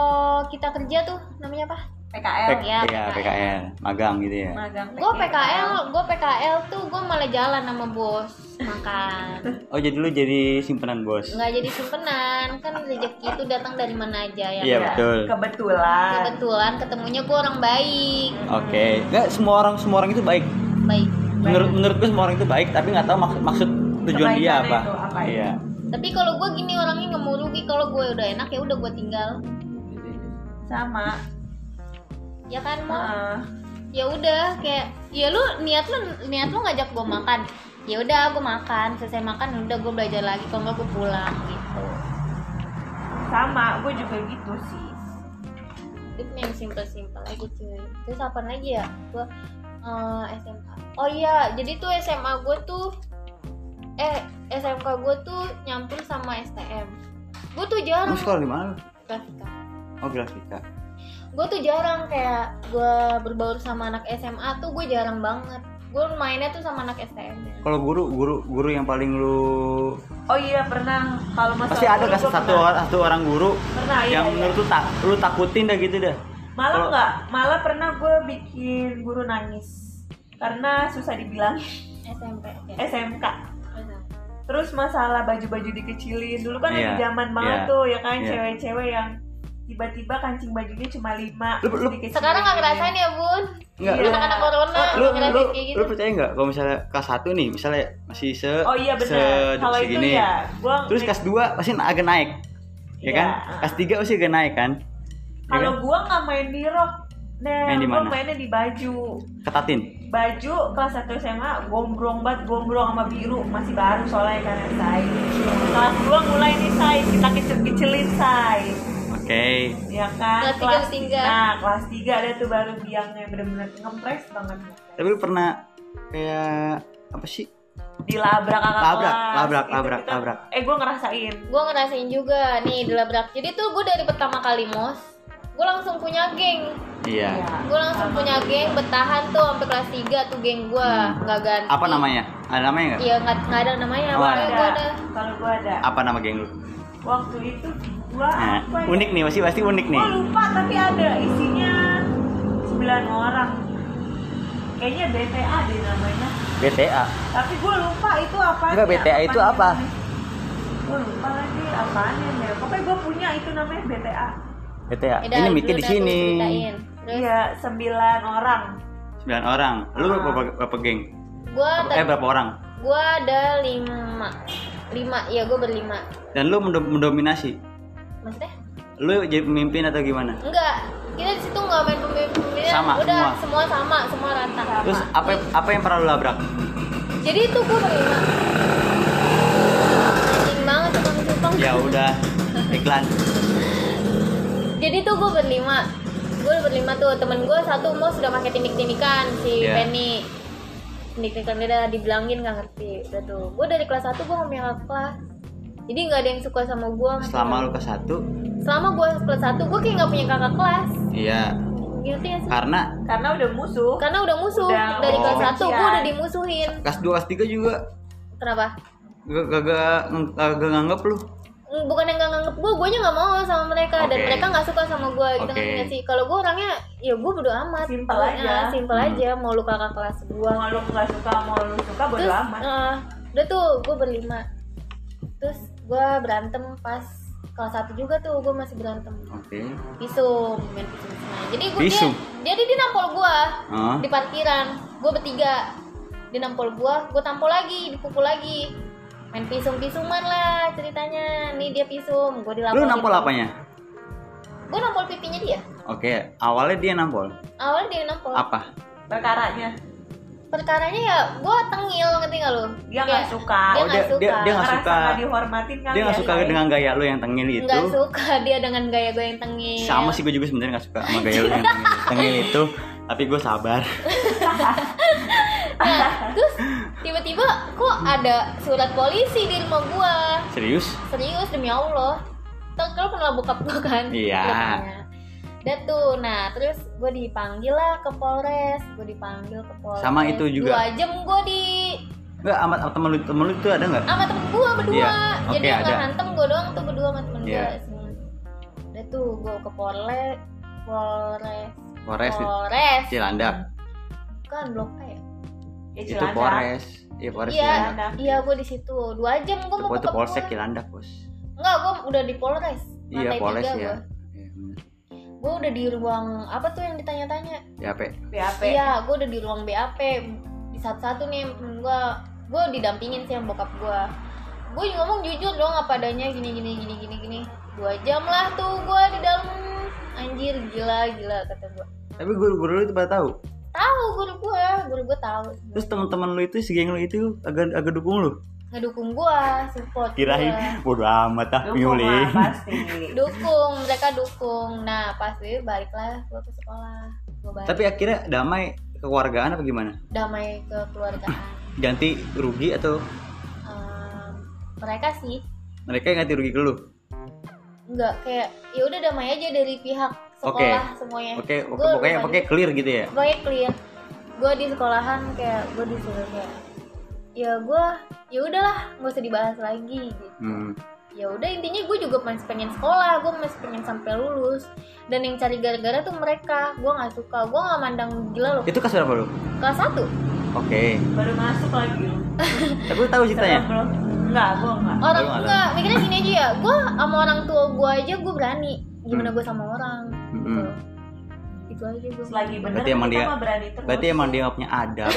Speaker 2: kita kerja tuh namanya apa
Speaker 3: PKL
Speaker 1: P-
Speaker 2: ya,
Speaker 1: iya,
Speaker 2: PKL.
Speaker 1: PKL, magang gitu ya.
Speaker 3: magang
Speaker 2: gue PKL gue PKL tuh gue malah jalan sama bos makan
Speaker 1: Oh, jadi lu jadi simpenan bos.
Speaker 3: Hmm.
Speaker 2: nggak jadi simpenan kan rezeki itu datang dari mana aja ya
Speaker 1: Iya,
Speaker 2: nggak?
Speaker 1: betul.
Speaker 3: kebetulan
Speaker 2: kebetulan ketemunya gue orang baik
Speaker 1: Oke, nggak semua orang semua orang itu baik.
Speaker 2: baik
Speaker 1: Menurut menurut gue semua orang itu baik, tapi nggak tahu maksud, maksud tujuan dia
Speaker 3: Kebaikannya
Speaker 1: apa.
Speaker 3: itu apa ya?
Speaker 1: Iya.
Speaker 2: tapi kalau gue gini orangnya nggak mau rugi kalau gue udah enak ya udah gue tinggal
Speaker 3: sama
Speaker 2: ya kan mau
Speaker 3: Heeh.
Speaker 2: ya udah kayak ya lu niat lu niat lu ngajak gue makan ya udah gue makan selesai makan udah gue belajar lagi kalau nggak gue pulang gitu
Speaker 3: sama gue juga gitu sih
Speaker 2: itu yang simpel-simpel aja cuy terus apa lagi ya gue eh, SMA oh iya jadi tuh SMA gue tuh eh SMK gue tuh nyampur sama STM gue tuh
Speaker 1: Lu
Speaker 2: jarang
Speaker 1: sekolah di mana? lu?
Speaker 2: grafika
Speaker 1: Oh, grafika.
Speaker 2: gue tuh jarang kayak gue berbaur sama anak SMA tuh gue jarang banget gue mainnya tuh sama anak STM -nya.
Speaker 1: Kalau guru, guru, guru yang paling lu
Speaker 3: oh iya pernah kalau masalah
Speaker 1: pasti ada
Speaker 3: guru,
Speaker 1: kan
Speaker 3: gua
Speaker 1: satu
Speaker 3: pernah.
Speaker 1: orang, satu orang guru
Speaker 3: Pernah, iya,
Speaker 1: yang
Speaker 3: iya.
Speaker 1: menurut lu tak, lu takutin dah gitu dah.
Speaker 3: malah
Speaker 1: Kalau-
Speaker 3: nggak malah pernah gue bikin guru nangis karena susah dibilang
Speaker 2: SMP ya.
Speaker 3: SMK terus masalah baju-baju dikecilin dulu kan
Speaker 1: Iya,
Speaker 3: lagi zaman banget
Speaker 1: iya,
Speaker 3: tuh ya kan
Speaker 1: iya.
Speaker 3: cewek-cewek yang tiba-tiba kancing bajunya cuma lima
Speaker 1: Lu-
Speaker 3: terus
Speaker 1: lu-
Speaker 3: dikecilin.
Speaker 2: sekarang nggak ngerasain ya bun
Speaker 1: Nggak,
Speaker 3: Iya.
Speaker 2: anak-anak corona
Speaker 1: lu,
Speaker 2: ngerasain
Speaker 1: lu,
Speaker 2: kayak gitu
Speaker 1: lu percaya nggak kalau misalnya kelas 1 nih misalnya masih se
Speaker 3: oh iya benar
Speaker 1: se-
Speaker 3: kalau itu
Speaker 1: segini.
Speaker 3: ya gue
Speaker 1: terus kelas 2 pasti agak naik ya
Speaker 3: Iya.
Speaker 1: kan kelas 3 pasti agak naik kan ya
Speaker 3: kalau
Speaker 1: kan?
Speaker 3: gue nggak main di rok
Speaker 1: Main
Speaker 3: Nah,
Speaker 1: di
Speaker 3: gue
Speaker 1: mana?
Speaker 3: mainnya di baju
Speaker 1: ketatin
Speaker 3: baju kelas 1 SMA gombrong banget gombrong sama biru masih baru soalnya kan say kelas 2 mulai nih say kita kecil kecilin say
Speaker 1: oke
Speaker 3: ya kan
Speaker 2: Kelas tiga, tiga.
Speaker 3: nah kelas 3 ada tuh baru biangnya bener-bener ngepres banget
Speaker 1: tapi lu pernah kayak apa sih
Speaker 3: dilabrak kakak
Speaker 1: Labrak,
Speaker 3: kelas,
Speaker 1: labrak,
Speaker 3: gitu,
Speaker 1: labrak,
Speaker 3: kita-
Speaker 1: labrak.
Speaker 3: eh gue ngerasain
Speaker 2: gue ngerasain juga nih dilabrak jadi tuh gue dari pertama kali mos gue langsung punya geng
Speaker 1: iya
Speaker 2: gue langsung punya geng bertahan tuh sampai kelas 3 tuh geng gue nggak ganti
Speaker 1: apa namanya ada namanya nggak
Speaker 2: iya nggak nggak ada namanya
Speaker 1: Oh,
Speaker 2: Pokoknya
Speaker 1: ada.
Speaker 2: gua
Speaker 3: ada
Speaker 2: ada
Speaker 3: kalau gue ada
Speaker 1: apa nama geng lu
Speaker 3: waktu itu gue
Speaker 1: nah,
Speaker 3: apa ya?
Speaker 1: unik nih pasti pasti unik nih
Speaker 3: Gua lupa tapi ada isinya 9 orang kayaknya BTA deh namanya
Speaker 1: BTA
Speaker 3: tapi gue lupa itu ya, apa
Speaker 1: Enggak, BTA itu apa?
Speaker 3: gue lupa lagi apaan ya pokoknya gue punya itu namanya BTA
Speaker 1: BTA ya?
Speaker 2: Yaudah,
Speaker 1: ini
Speaker 2: lu
Speaker 1: mikir
Speaker 2: dulu
Speaker 1: di
Speaker 2: dah, lu
Speaker 1: sini
Speaker 2: ceritain. Terus
Speaker 3: iya sembilan orang
Speaker 1: 9 orang lu
Speaker 3: Ah.
Speaker 1: berapa, berapa geng
Speaker 2: gue
Speaker 1: eh berapa orang
Speaker 2: gue ada lima lima ya gue berlima
Speaker 1: dan lu mendo- mendominasi
Speaker 2: maksudnya
Speaker 1: lu jadi pemimpin atau gimana
Speaker 2: enggak kita di situ nggak main pemimpin
Speaker 1: Sama,
Speaker 2: udah semua. sama semua rata
Speaker 1: terus apa apa yang pernah lu labrak
Speaker 2: jadi itu gue berlima anjing banget tukang cupang
Speaker 1: ya udah iklan
Speaker 2: jadi tuh gue berlima gue berlima tuh temen gue satu mau sudah pakai tindik tindikan si
Speaker 1: Iya.
Speaker 2: Penny tindik tindikan dia udah dibilangin nggak ngerti udah tuh gue dari kelas satu gue ngomongin kakak kelas jadi nggak ada yang suka sama gue
Speaker 1: selama lu ke satu
Speaker 2: selama gue kelas satu gue kayak nggak punya kakak kelas
Speaker 1: iya
Speaker 2: ngerti ya sih
Speaker 1: karena
Speaker 3: karena udah musuh
Speaker 2: karena udah musuh
Speaker 3: Udah,
Speaker 2: dari
Speaker 1: oh.
Speaker 2: kelas satu gue
Speaker 3: Iya.
Speaker 2: udah dimusuhin
Speaker 1: kelas 2 kelas 3 juga
Speaker 2: kenapa
Speaker 1: gak gak gak nganggep lu
Speaker 2: Mm, bukan yang nggak nganggep gue gue nya nggak mau sama mereka dan
Speaker 1: Oke.
Speaker 2: mereka nggak suka sama gue gitu
Speaker 1: Oke.
Speaker 2: ngerti nggak sih kalau gue orangnya ya gue bodo amat
Speaker 3: Simpel
Speaker 2: Ya,
Speaker 3: aja.
Speaker 2: simpel
Speaker 1: Hmm.
Speaker 2: aja mau lu kakak kelas gue
Speaker 3: mau lu nggak suka mau lu suka bodo
Speaker 2: terus
Speaker 3: amat
Speaker 2: eh, udah tuh gue berlima terus gue berantem pas kelas satu juga tuh gue masih berantem
Speaker 1: oke
Speaker 2: pisum main pisum Nah, jadi gue dia,
Speaker 1: Pisum?
Speaker 2: jadi dia nampol gue
Speaker 1: Hah?
Speaker 2: di parkiran gue bertiga dia nampol gue gue tampol lagi dipukul lagi main pisum pisuman lah ceritanya nih dia pisum gue dilaporin
Speaker 1: lu nampol apanya
Speaker 2: gue nampol pipinya dia
Speaker 1: oke awalnya dia nampol
Speaker 2: awalnya dia nampol
Speaker 1: apa
Speaker 3: perkaranya
Speaker 2: perkaranya ya gue tengil ngerti gak lu Kayak,
Speaker 3: dia nggak suka
Speaker 2: Iya. dia
Speaker 1: Oh, dia dia
Speaker 2: nggak suka.
Speaker 1: dia nggak
Speaker 3: ngerasa
Speaker 1: suka
Speaker 3: nggak dihormatin kali
Speaker 1: dia nggak
Speaker 3: ya,
Speaker 1: suka
Speaker 3: Shay.
Speaker 1: dengan gaya lu yang tengil itu
Speaker 2: nggak suka dia dengan gaya gue yang tengil
Speaker 1: gitu. sama sih gue juga sebenarnya nggak suka sama gaya lu yang tengil, tengil itu tapi gue sabar
Speaker 2: Nah, terus tiba-tiba kok ada surat polisi di rumah gua.
Speaker 1: serius
Speaker 2: Serius demi Allah. Tuh kalau kenal bokap gua kan.
Speaker 1: Iya.
Speaker 2: ceritanya. Dah tuh, nah terus gue dipanggil lah ke Polres, gue dipanggil ke Polres.
Speaker 1: Sama itu juga.
Speaker 2: Dua jam gue di
Speaker 1: nggak amat amat temen lu temen lu itu ada nggak
Speaker 2: sama temen gue berdua.
Speaker 1: Iya,
Speaker 2: Jadi
Speaker 1: oke,
Speaker 2: yang
Speaker 1: ada.
Speaker 2: ngantem gue doang tuh berdua sama temen
Speaker 1: Iya.
Speaker 2: gue. Udah tuh gue ke Polres, Polres
Speaker 1: Polres Iya. di
Speaker 2: Polres
Speaker 1: Cilandak.
Speaker 2: kan blok A ya
Speaker 3: ya
Speaker 1: Itu
Speaker 3: Cilandak.
Speaker 1: Polres. Iya Polres
Speaker 2: iya
Speaker 1: Cilandak.
Speaker 2: iya gue di situ dua jam gue mau
Speaker 1: Itu- Itu
Speaker 2: ke
Speaker 1: Polsek
Speaker 2: Polres.
Speaker 1: Cilandak, Bos.
Speaker 2: enggak gue udah di Polres
Speaker 1: Iya,
Speaker 2: lantai
Speaker 1: Polres
Speaker 2: tiga
Speaker 1: ya.
Speaker 2: gua.
Speaker 1: Iya, bener.
Speaker 2: gue udah di ruang apa tuh yang ditanya-tanya
Speaker 1: Ya, Pe.
Speaker 3: BAP
Speaker 2: Iya, gue udah di ruang BAP di satu-satu nih temen gue, gue didampingin sih sama bokap gue. Gue ngomong jujur dong apa adanya gini gini gini gini gini. Dua jam lah tuh gue di dalam anjir gila gila kata gue.
Speaker 1: Tapi guru-guru lu itu pada tahu.
Speaker 2: Tahu guru gue, guru gue tahu.
Speaker 1: Terus teman-teman lu itu, segeng lu itu agak agak dukung lu.
Speaker 2: Ngedukung gue, support. gua.
Speaker 1: Kirain bodo amat ah,
Speaker 3: Lu
Speaker 1: nyuling.
Speaker 3: koma, pasti
Speaker 2: Dukung, mereka dukung. Nah pasti baliklah gue ke sekolah. Gue balik
Speaker 1: Tapi akhirnya damai kekeluargaan apa gimana?
Speaker 2: damai ke keluargaan.
Speaker 1: Ganti rugi atau
Speaker 2: Ehm, mereka sih
Speaker 1: mereka yang ganti rugi ke lu?
Speaker 2: nggak kayak ya udah damai aja dari pihak sekolah semuanya
Speaker 1: Oke, oke,
Speaker 2: Gua
Speaker 1: pokoknya
Speaker 2: bukan-
Speaker 1: pokoknya clear gitu ya.
Speaker 2: pokoknya clear gue di sekolahan kayak gue disuruh kayak ya gue ya udahlah nggak usah dibahas lagi gitu
Speaker 1: Hmm.
Speaker 2: ya udah intinya gue juga masih pengen sekolah gue masih pengen sampai lulus dan yang cari gara-gara tuh mereka gue nggak suka gue nggak mandang gila loh
Speaker 1: Itu kelas berapa lu?
Speaker 2: kelas satu
Speaker 1: Oke.
Speaker 3: baru masuk lagi lu
Speaker 1: Tapi lu tahu
Speaker 3: Setelah
Speaker 1: ceritanya?
Speaker 3: belum enggak gua enggak
Speaker 2: orang
Speaker 1: Lu nggak
Speaker 2: tua mikirnya gini aja ya gue sama orang tua gue aja gue berani gimana
Speaker 1: Hmm.
Speaker 2: gue sama orang gitu.
Speaker 1: Hmm.
Speaker 2: itu aja gue
Speaker 3: selagi bener
Speaker 1: Berarti emang
Speaker 3: kita
Speaker 1: dia-
Speaker 3: mah berani terus
Speaker 1: Berarti emang dia nggak punya adab.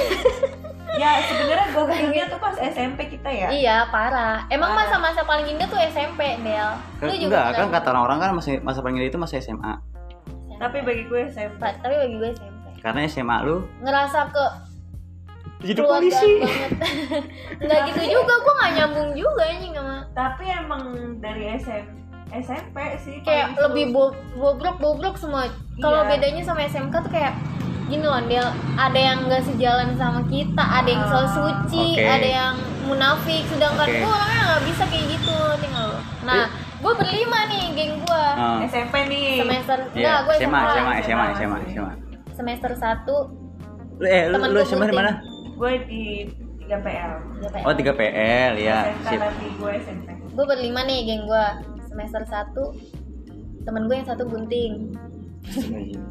Speaker 3: ya sebenarnya gokilnya tuh pas SMP kita ya
Speaker 2: Iya parah. Emang
Speaker 3: Parah.
Speaker 2: masa-masa paling indah tuh SMP, Del. Lu juga
Speaker 1: Enggak, kan
Speaker 2: pernah-
Speaker 1: kata orang-orang kan masih masa paling itu masih SMA.
Speaker 3: tapi bagi gue SMP
Speaker 2: Pa- tapi bagi gue SMP.
Speaker 1: Karena SMA lu
Speaker 2: Ngerasa ke
Speaker 1: jadi
Speaker 2: keluarga
Speaker 1: polisi.
Speaker 2: banget. Enggak gitu
Speaker 1: Iya.
Speaker 2: juga, gue nggak nyambung juga anjing sama
Speaker 3: tapi emang dari SMP SMP sih
Speaker 2: kayak
Speaker 3: paling
Speaker 2: lebih
Speaker 3: seru.
Speaker 2: bo- bobrok-bobrok semua. Kalau
Speaker 3: Iya.
Speaker 2: bedanya sama SMK tuh kayak gini loh, Del. Ada yang gak sejalan sama kita, ada yang selalu
Speaker 3: Ah.
Speaker 2: suci,
Speaker 1: Oke.
Speaker 2: ada yang munafik. Sedangkan
Speaker 1: Oke. Iya.
Speaker 2: gue orangnya nggak bisa kayak gitu, ngerti nggak lo? Nah, gue berlima nih geng gue.
Speaker 1: Ah,
Speaker 3: SMP nih
Speaker 2: Semester,
Speaker 1: Iya,
Speaker 2: enggak, gue
Speaker 1: SMA, SMA, SMA,
Speaker 3: SMA.
Speaker 1: SMA, SMA.
Speaker 2: semester 1
Speaker 1: Lu eh lu,
Speaker 2: Temen
Speaker 1: lu
Speaker 2: gua
Speaker 1: SMA di
Speaker 2: Mutin.
Speaker 1: mana?
Speaker 3: gue di 3 PL
Speaker 2: GPL.
Speaker 1: Oh, 3 PL ya.
Speaker 3: SMK
Speaker 1: Sip.
Speaker 3: tapi gue SMP
Speaker 2: Gue berlima nih geng gue semester 1 temen gue yang satu gunting
Speaker 3: sebelum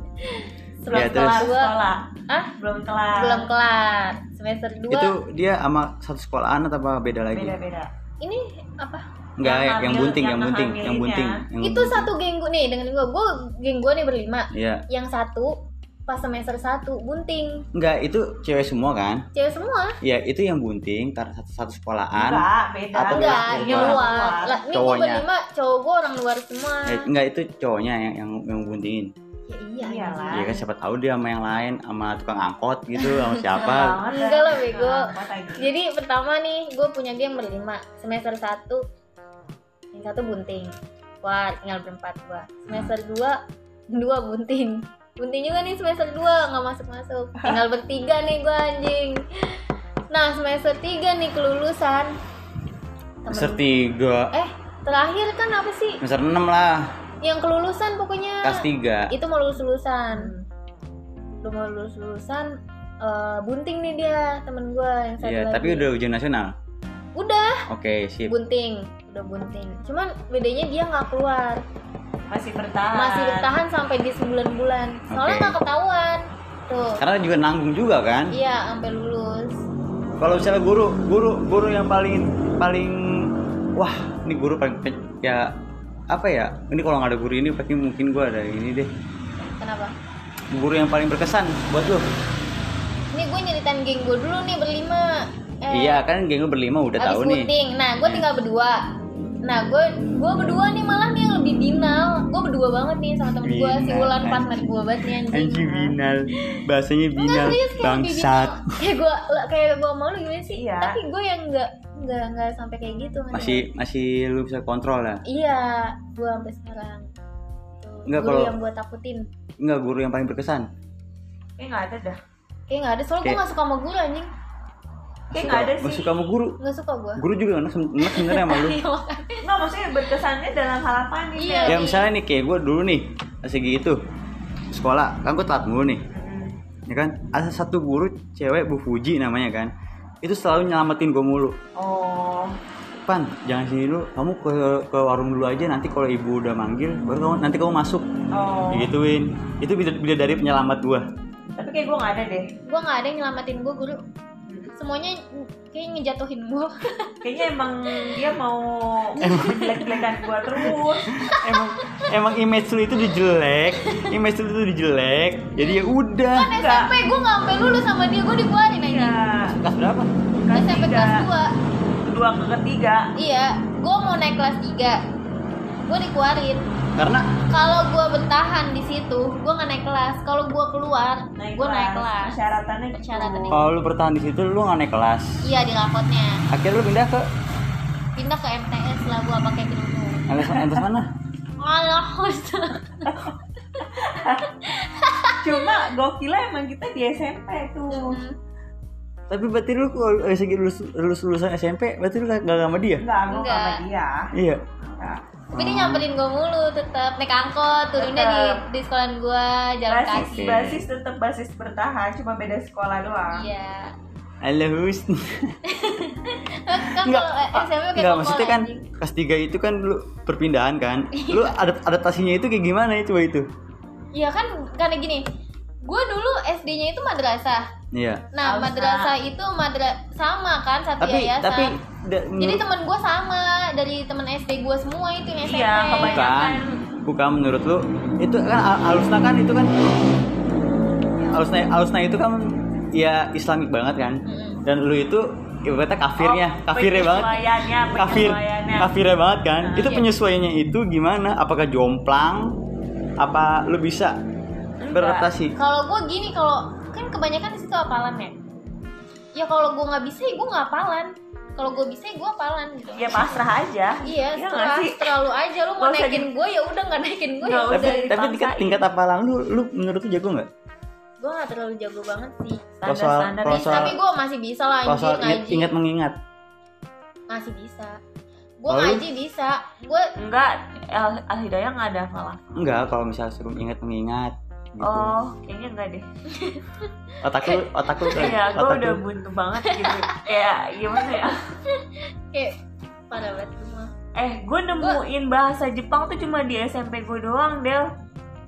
Speaker 1: Ya, terus.
Speaker 3: kelar
Speaker 2: Gua-
Speaker 3: sekolah
Speaker 2: ah
Speaker 3: belum kelar
Speaker 2: belum kelar semester 2
Speaker 1: Itu dia sama satu sekolahan atau apa beda lagi?
Speaker 3: beda beda
Speaker 2: ini apa
Speaker 1: Enggak,
Speaker 3: Yang
Speaker 1: yang, yang
Speaker 3: hamil-
Speaker 1: bunting,
Speaker 3: yang
Speaker 1: yang bunting, yang
Speaker 3: ngehamilinnya.
Speaker 1: bunting. yang
Speaker 2: itu
Speaker 1: bunting.
Speaker 2: satu geng gue nih dengan gue gue geng gue nih berlima
Speaker 1: Iya.
Speaker 2: yang satu pas semester 1 gunting
Speaker 1: Enggak, itu cewek semua kan?
Speaker 2: cewek semua
Speaker 1: Ya, itu yang bunting karena satu, satu sekolahan.
Speaker 3: enggak beda
Speaker 1: Atau
Speaker 3: Beda.
Speaker 2: enggak
Speaker 1: Iya,
Speaker 2: yang luar
Speaker 3: luar.
Speaker 2: lah ini gue
Speaker 1: Cowoknya.
Speaker 2: berlima cowok gue orang luar semua
Speaker 1: Ya, enggak, itu cowoknya yang yang, yang buntingin.
Speaker 2: ya, iya
Speaker 3: Iyalah.
Speaker 1: Ya kan siapa tahu dia sama yang lain, sama tukang angkot gitu, sama siapa.
Speaker 2: Oh,
Speaker 3: Banget dah.
Speaker 2: Enggak lah, bego.
Speaker 3: Apa tadi?
Speaker 2: Jadi pertama nih, gue punya geng berlima. Semester 1 yang satu bunting. Wah, tinggal berempat gua. Semester
Speaker 1: Hmm.
Speaker 2: 2 dua bunting. Bunting juga nih semester 2 nggak masuk-masuk. Tinggal bertiga nih gua anjing. Nah, semester 3 nih kelulusan. Temen-
Speaker 1: Semester 3,
Speaker 2: Eh, terakhir kan apa sih?
Speaker 1: semester 6 lah,
Speaker 2: Yang kelulusan pokoknya.
Speaker 1: kelas 3.
Speaker 2: Ah, Itu mau lulus-lulusan. Lu mau lulus-lulusan eh, bunting nih dia temen gua yang satu
Speaker 1: Iya,
Speaker 2: lagi.
Speaker 1: tapi udah ujian nasional.
Speaker 2: Udah
Speaker 1: Oke, sip.
Speaker 2: bunting udah bunting cuman bedanya dia nggak keluar
Speaker 3: masih bertahan
Speaker 2: masih bertahan sampai di 9 bulan
Speaker 1: Ah.
Speaker 2: soalnya
Speaker 1: Oke.
Speaker 2: nggak ketahuan tuh
Speaker 1: Karena juga nanggung juga kan.
Speaker 2: iya sampai lulus
Speaker 1: Kalau misalnya guru, guru, guru yang paling paling wah, ini guru paling pe- ya apa ya? Ini kalau nggak ada guru ini pasti mungkin gua ada ini deh.
Speaker 2: kenapa
Speaker 1: Guru yang paling berkesan buat lu.
Speaker 2: Eh. ini gue nyeritain geng gue dulu nih berlima Eh,
Speaker 1: Iya, kan geng lu berlima udah
Speaker 2: abis
Speaker 1: tahu nih. Hmm.
Speaker 2: bunting nah gue tinggal berdua nah gue gue berdua nih malah nih yang lebih binal gue berdua banget nih sama temen gue si
Speaker 1: Binal,
Speaker 2: Wulan
Speaker 1: anjing.
Speaker 2: partner gue banget nih
Speaker 1: Anjing
Speaker 2: anjing
Speaker 1: binal, bahasanya
Speaker 2: Iya. Enggak
Speaker 1: binal,
Speaker 2: serius kayak lebih binal.
Speaker 1: bangsat.
Speaker 2: kayak gue kayak gue malu gimana sih
Speaker 3: Iya.
Speaker 2: tapi gue yang nggak nggak nggak sampai kayak gitu ngerti nggak?
Speaker 1: Masih masih lu bisa kontrol lah.
Speaker 2: Iya, gua sampai sekarang. Tuh,
Speaker 1: Nggak,
Speaker 2: guru
Speaker 1: kalau-
Speaker 2: yang gua takutin.
Speaker 1: Enggak guru yang paling berkesan.
Speaker 3: kayak Eh, nggak ada dah
Speaker 2: Kayak nggak ada, soalnya gua
Speaker 1: Kayak-
Speaker 2: nggak suka sama guru anjing.
Speaker 3: kayak nggak ada
Speaker 1: Gak
Speaker 3: sih
Speaker 1: suka sama guru.
Speaker 2: Nggak suka gua.
Speaker 1: Guru juga enak sen- enak sebenarnya sama lu.
Speaker 3: nggak maksudnya berkesannya dalam hal apa nih
Speaker 2: Iya.
Speaker 1: Ya misalnya nih kayak gue dulu nih masih gitu sekolah kan gue telat mulu nih
Speaker 3: Hmm.
Speaker 1: ya kan ada satu guru cewek Bu Fuji namanya kan itu selalu nyelamatin gue mulu
Speaker 3: oh
Speaker 1: Pan jangan sini dulu kamu ke ke warung dulu aja nanti kalau ibu udah manggil baru kamu nanti kamu masuk
Speaker 3: Oh.
Speaker 1: digituin itu bida, dari penyelamat gua
Speaker 3: Tapi kayak gue nggak ada deh.
Speaker 2: gue nggak ada yang nyelamatin gue guru semuanya kayak ngejatuhin gue
Speaker 3: Kayaknya emang dia mau menjelek-jelekan gue terus.
Speaker 1: emang emang image lu itu dijelek image lu itu dijelek jadi ya
Speaker 2: Kan
Speaker 1: udah
Speaker 3: Enggak.
Speaker 2: SMP gue nggak sampai lulus sama dia gue dikeluarin aja
Speaker 3: Iya.
Speaker 1: kelas berapa
Speaker 3: Kelas
Speaker 2: SMP
Speaker 3: tiga.
Speaker 2: kelas 2
Speaker 3: Kedua ke ketiga.
Speaker 2: iya gue mau naik kelas 3 gue dikeluarin
Speaker 1: karena
Speaker 2: kalau gue bertahan di situ gue nggak naik kelas kalau gue keluar gue naik kelas
Speaker 3: Persyaratannya gitu.
Speaker 2: Persyaratannya.
Speaker 1: kalau lu bertahan di situ lu nggak naik kelas
Speaker 2: iya di rapotnya
Speaker 1: akhirnya lu pindah ke
Speaker 2: pindah ke MTS lah gue pakai ilmu
Speaker 1: MTS MTS mana
Speaker 2: malah
Speaker 3: Cuma gokilnya emang kita di SMP tuh.
Speaker 1: tapi berarti lu kalau eh, segi lulus, lulus lulusan SMP berarti lu nggak nggak sama dia
Speaker 3: Enggak, gue
Speaker 2: Enggak.
Speaker 3: sama dia.
Speaker 1: iya
Speaker 3: Enggak.
Speaker 2: tapi
Speaker 1: Hmm.
Speaker 2: dia nyamperin gue mulu tetap naik angkot turunnya di
Speaker 3: Tetep.
Speaker 2: di sekolahan gue jalan
Speaker 3: Basis,
Speaker 2: kaki
Speaker 3: basis tetap basis bertahan, cuma beda sekolah doang.
Speaker 2: iya
Speaker 1: Allah Husn.
Speaker 2: kan
Speaker 1: Nggak, ah,
Speaker 2: kalau eh, SMP
Speaker 1: Nggak
Speaker 2: kayak kongkol,
Speaker 1: maksudnya kan
Speaker 2: anjing.
Speaker 1: kelas 3 itu kan lu perpindahan kan. Lu adap- adaptasinya itu kayak gimana ya coba itu?
Speaker 2: iya kan karena gini gue dulu SD-nya itu madrasah
Speaker 1: Iya.
Speaker 2: nah
Speaker 3: Alsa.
Speaker 2: madrasah itu madra sama kan satu
Speaker 1: Tapi
Speaker 2: yayasan
Speaker 1: tapi da-
Speaker 2: jadi
Speaker 1: menurut-
Speaker 2: teman gue sama dari teman SD gue semua itu yang SMP
Speaker 3: Iya, kebanyakan.
Speaker 1: bukan bukan menurut lu itu kan al- alusna kan itu kan alusna alusna itu kan ya islamik banget kan.
Speaker 2: Mm-mm.
Speaker 1: Dan lu itu ibaratnya kafirnya,
Speaker 3: Oh,
Speaker 1: kafirnya banget.
Speaker 3: penyesuaiannya,
Speaker 1: kafir
Speaker 3: penyesuaiannya.
Speaker 1: kafirnya banget kan
Speaker 3: Nah.
Speaker 1: itu
Speaker 2: Iya.
Speaker 1: penyesuaiannya itu gimana apakah jomplang apa lu bisa beradaptasi
Speaker 2: kalau gue gini kalau kan kebanyakan di situ apalan ya ya kalau gue nggak bisa ya gue nggak apalan kalau gue bisa ya gue apalan gitu
Speaker 3: Ya pasrah aja.
Speaker 2: iya
Speaker 3: Iya
Speaker 2: setelah
Speaker 3: nggak sih?
Speaker 2: terlalu aja lu mau
Speaker 3: Nggak usah
Speaker 2: naikin gue ya udah nggak naikin gue ya
Speaker 3: Nggak
Speaker 2: udah
Speaker 1: tapi tapi tingkat,
Speaker 3: dipaksain.
Speaker 1: tingkat apalan lu lu menurut lu jago nggak
Speaker 2: gue nggak terlalu jago banget sih
Speaker 1: Kalau soal-
Speaker 3: Standar-standar
Speaker 1: kalau
Speaker 2: Tapi-
Speaker 1: soal-
Speaker 2: tapi gue masih bisa lah
Speaker 1: kalau
Speaker 2: anjir
Speaker 1: soal ingat,
Speaker 2: ngaji
Speaker 1: ingat mengingat
Speaker 2: masih bisa gue
Speaker 1: Lalu?
Speaker 2: ngaji bisa gue
Speaker 3: Enggak, Al, Al Hidayah nggak ada malah.
Speaker 1: enggak kalau misalnya suruh ingat mengingat gitu
Speaker 3: Oh, kayaknya enggak deh.
Speaker 1: otak lu otak lu kayak-
Speaker 3: Iya, gue
Speaker 1: otak
Speaker 3: udah
Speaker 1: lu
Speaker 3: buntu banget gitu. Kayak gimana ya?
Speaker 2: kayak pada banget semua
Speaker 3: Eh, gue nemuin bahasa Jepang tuh cuma di SMP gue doang, Del.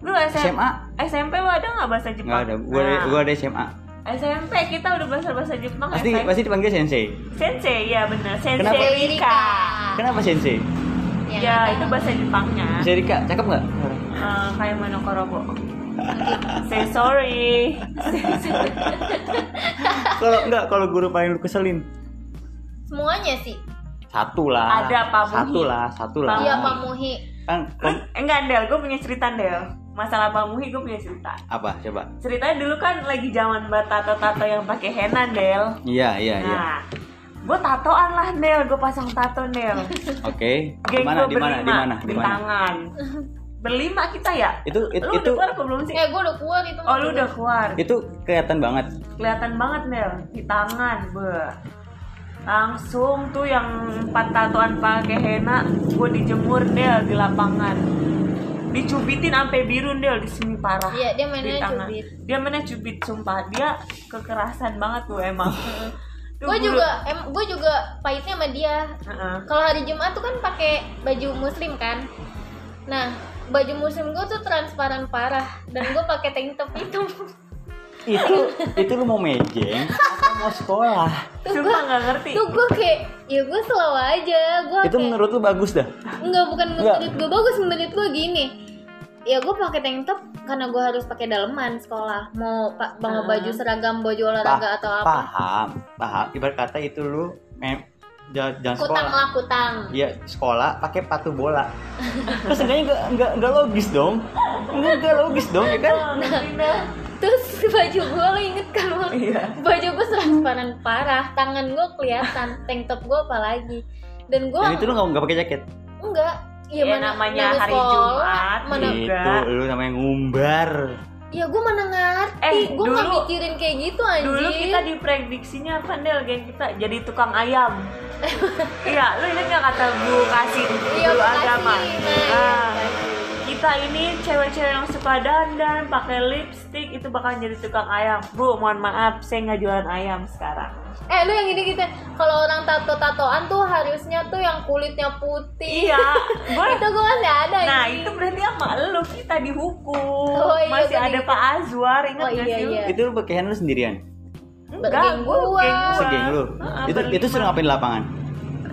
Speaker 3: Lu SM,
Speaker 1: SMA
Speaker 3: SMP lu ada nggak bahasa
Speaker 1: nggak
Speaker 3: Jepang?
Speaker 1: ada gua ada
Speaker 3: Nah,
Speaker 1: gua ada SMA
Speaker 3: SMP kita udah bahasa bahasa Jepang.
Speaker 1: pasti
Speaker 3: SMP.
Speaker 1: pasti dipanggil sensei
Speaker 3: Sensei, ya bener. Sensei
Speaker 1: Kenapa?
Speaker 3: Rika.
Speaker 1: kenapa sensei
Speaker 2: Ya,
Speaker 3: Ya,
Speaker 2: nggak
Speaker 3: itu
Speaker 2: tahu.
Speaker 3: bahasa Jepangnya.
Speaker 1: sensei Rika cakep nggak
Speaker 3: Eh, kayak monokorobo. Say sorry. Eh,
Speaker 1: kalau nggak kalau guru paling lu keselin
Speaker 2: semuanya sih Iya,
Speaker 1: satu lah
Speaker 3: Ada Pak Iya, Muhi.
Speaker 1: satu lah satu lah
Speaker 2: dia pamuhi
Speaker 1: kan
Speaker 3: Lu, enggak Del, gue punya cerita Del Masalah pamuhi gue punya cerita
Speaker 1: apa coba
Speaker 3: Ceritanya dulu kan lagi zaman buat tato-tato yang pakai henna Del
Speaker 1: iya iya iya
Speaker 3: Nah, gue tatoan lah Del, gue pasang tato Del
Speaker 1: oke di
Speaker 3: Geng
Speaker 1: mana
Speaker 3: gue
Speaker 1: di mana
Speaker 3: berlima,
Speaker 1: di mana di
Speaker 3: di
Speaker 1: mana
Speaker 3: tangan Berlima kita ya?
Speaker 1: itu itu
Speaker 3: Lu
Speaker 1: itu,
Speaker 3: udah keluar apa belum sih?
Speaker 2: eh gue udah keluar itu
Speaker 3: Oh lu udah keluar,
Speaker 1: itu kelihatan banget
Speaker 3: kelihatan banget Del, di tangan be Langsung tuh yang empat tatoan pakai henna, gue dijemur Del di lapangan dicubitin sampai biru Del di sini parah
Speaker 2: Iya, dia mainnya
Speaker 3: Di tangan.
Speaker 2: cubit.
Speaker 3: dia mainnya cubit sumpah dia kekerasan banget tuh emang Tuh,
Speaker 2: gue
Speaker 3: guru-
Speaker 2: juga em gue juga pahitnya sama dia
Speaker 3: Heeh.
Speaker 2: kalau hari Jumat tuh kan pakai baju muslim kan nah baju muslim gue tuh transparan parah dan gue pakai tank top itu
Speaker 1: itu itu lu mau mejeng atau mau sekolah
Speaker 2: tuh
Speaker 3: sumpah
Speaker 2: gue
Speaker 3: nggak ngerti
Speaker 2: tuh gue kayak ya gue slow aja gue
Speaker 1: itu menurut lu bagus dah
Speaker 2: nggak bukan
Speaker 1: Nggak.
Speaker 2: menurut gue bagus menurut gue gini ya gue pakai tank top karena gue harus pakai daleman sekolah mau pak mau baju seragam baju olahraga atau apa
Speaker 1: paham paham ibarat kata itu lu mem jangan, jangan
Speaker 2: kutang
Speaker 1: sekolah
Speaker 2: lah kutang
Speaker 1: Iya sekolah pakai patu bola. Terus seenggaknya nggak nggak nggak logis dong. Nggak nggak logis dong ya kan?
Speaker 3: Nggak ngerti, Del.
Speaker 2: Nah, terus baju gue lo inget kan lo
Speaker 3: Iya.
Speaker 2: baju gue transparan parah tangan gue kelihatan tank top gue apalagi dan gue
Speaker 1: Dan itu lu nggak nggak pakai jaket.
Speaker 2: enggak ya,
Speaker 3: Ya,
Speaker 2: mana
Speaker 3: namanya
Speaker 2: dari
Speaker 3: hari
Speaker 2: sekolah,
Speaker 3: Jumat,
Speaker 2: mana
Speaker 3: iya.
Speaker 1: Itu lu namanya ngumbar.
Speaker 2: ya gue mana ngerti
Speaker 3: Eh,
Speaker 2: gue nggak
Speaker 3: dulu-
Speaker 2: mikirin kayak gitu anjing
Speaker 3: Dulu kita diprediksinya apa Del geng kita jadi tukang ayam. iya, lu ingat nggak kata Bu Kasim
Speaker 2: iya
Speaker 3: guru
Speaker 2: makasih,
Speaker 3: agama?
Speaker 2: nah, iya,
Speaker 3: Ah,
Speaker 2: makasih.
Speaker 3: kita kita ini cewek-cewek yang suka dandan pakai lipstick itu bakal jadi tukang ayam bro mohon maaf saya nggak jualan ayam sekarang
Speaker 2: Eh lu yang gini gitu Kalau orang tato-tatoan tuh harusnya tuh yang kulitnya putih
Speaker 3: iya gue
Speaker 2: Itu gue masih ada
Speaker 3: Nah
Speaker 2: ini.
Speaker 3: itu berarti sama lu kita dihukum
Speaker 2: Iya. Oh, iya,
Speaker 3: Masih
Speaker 2: tadi
Speaker 3: ada
Speaker 2: kita-
Speaker 3: Pak Azwar ingat
Speaker 2: Oh,
Speaker 3: gak
Speaker 2: iya,
Speaker 3: sih lu?
Speaker 2: iya.
Speaker 1: Itu lu pakai handle sendirian.
Speaker 3: Enggak,
Speaker 2: Bergeng
Speaker 3: gue
Speaker 2: gua.
Speaker 1: Segeng lu. itu itu sering ngapain di lapangan?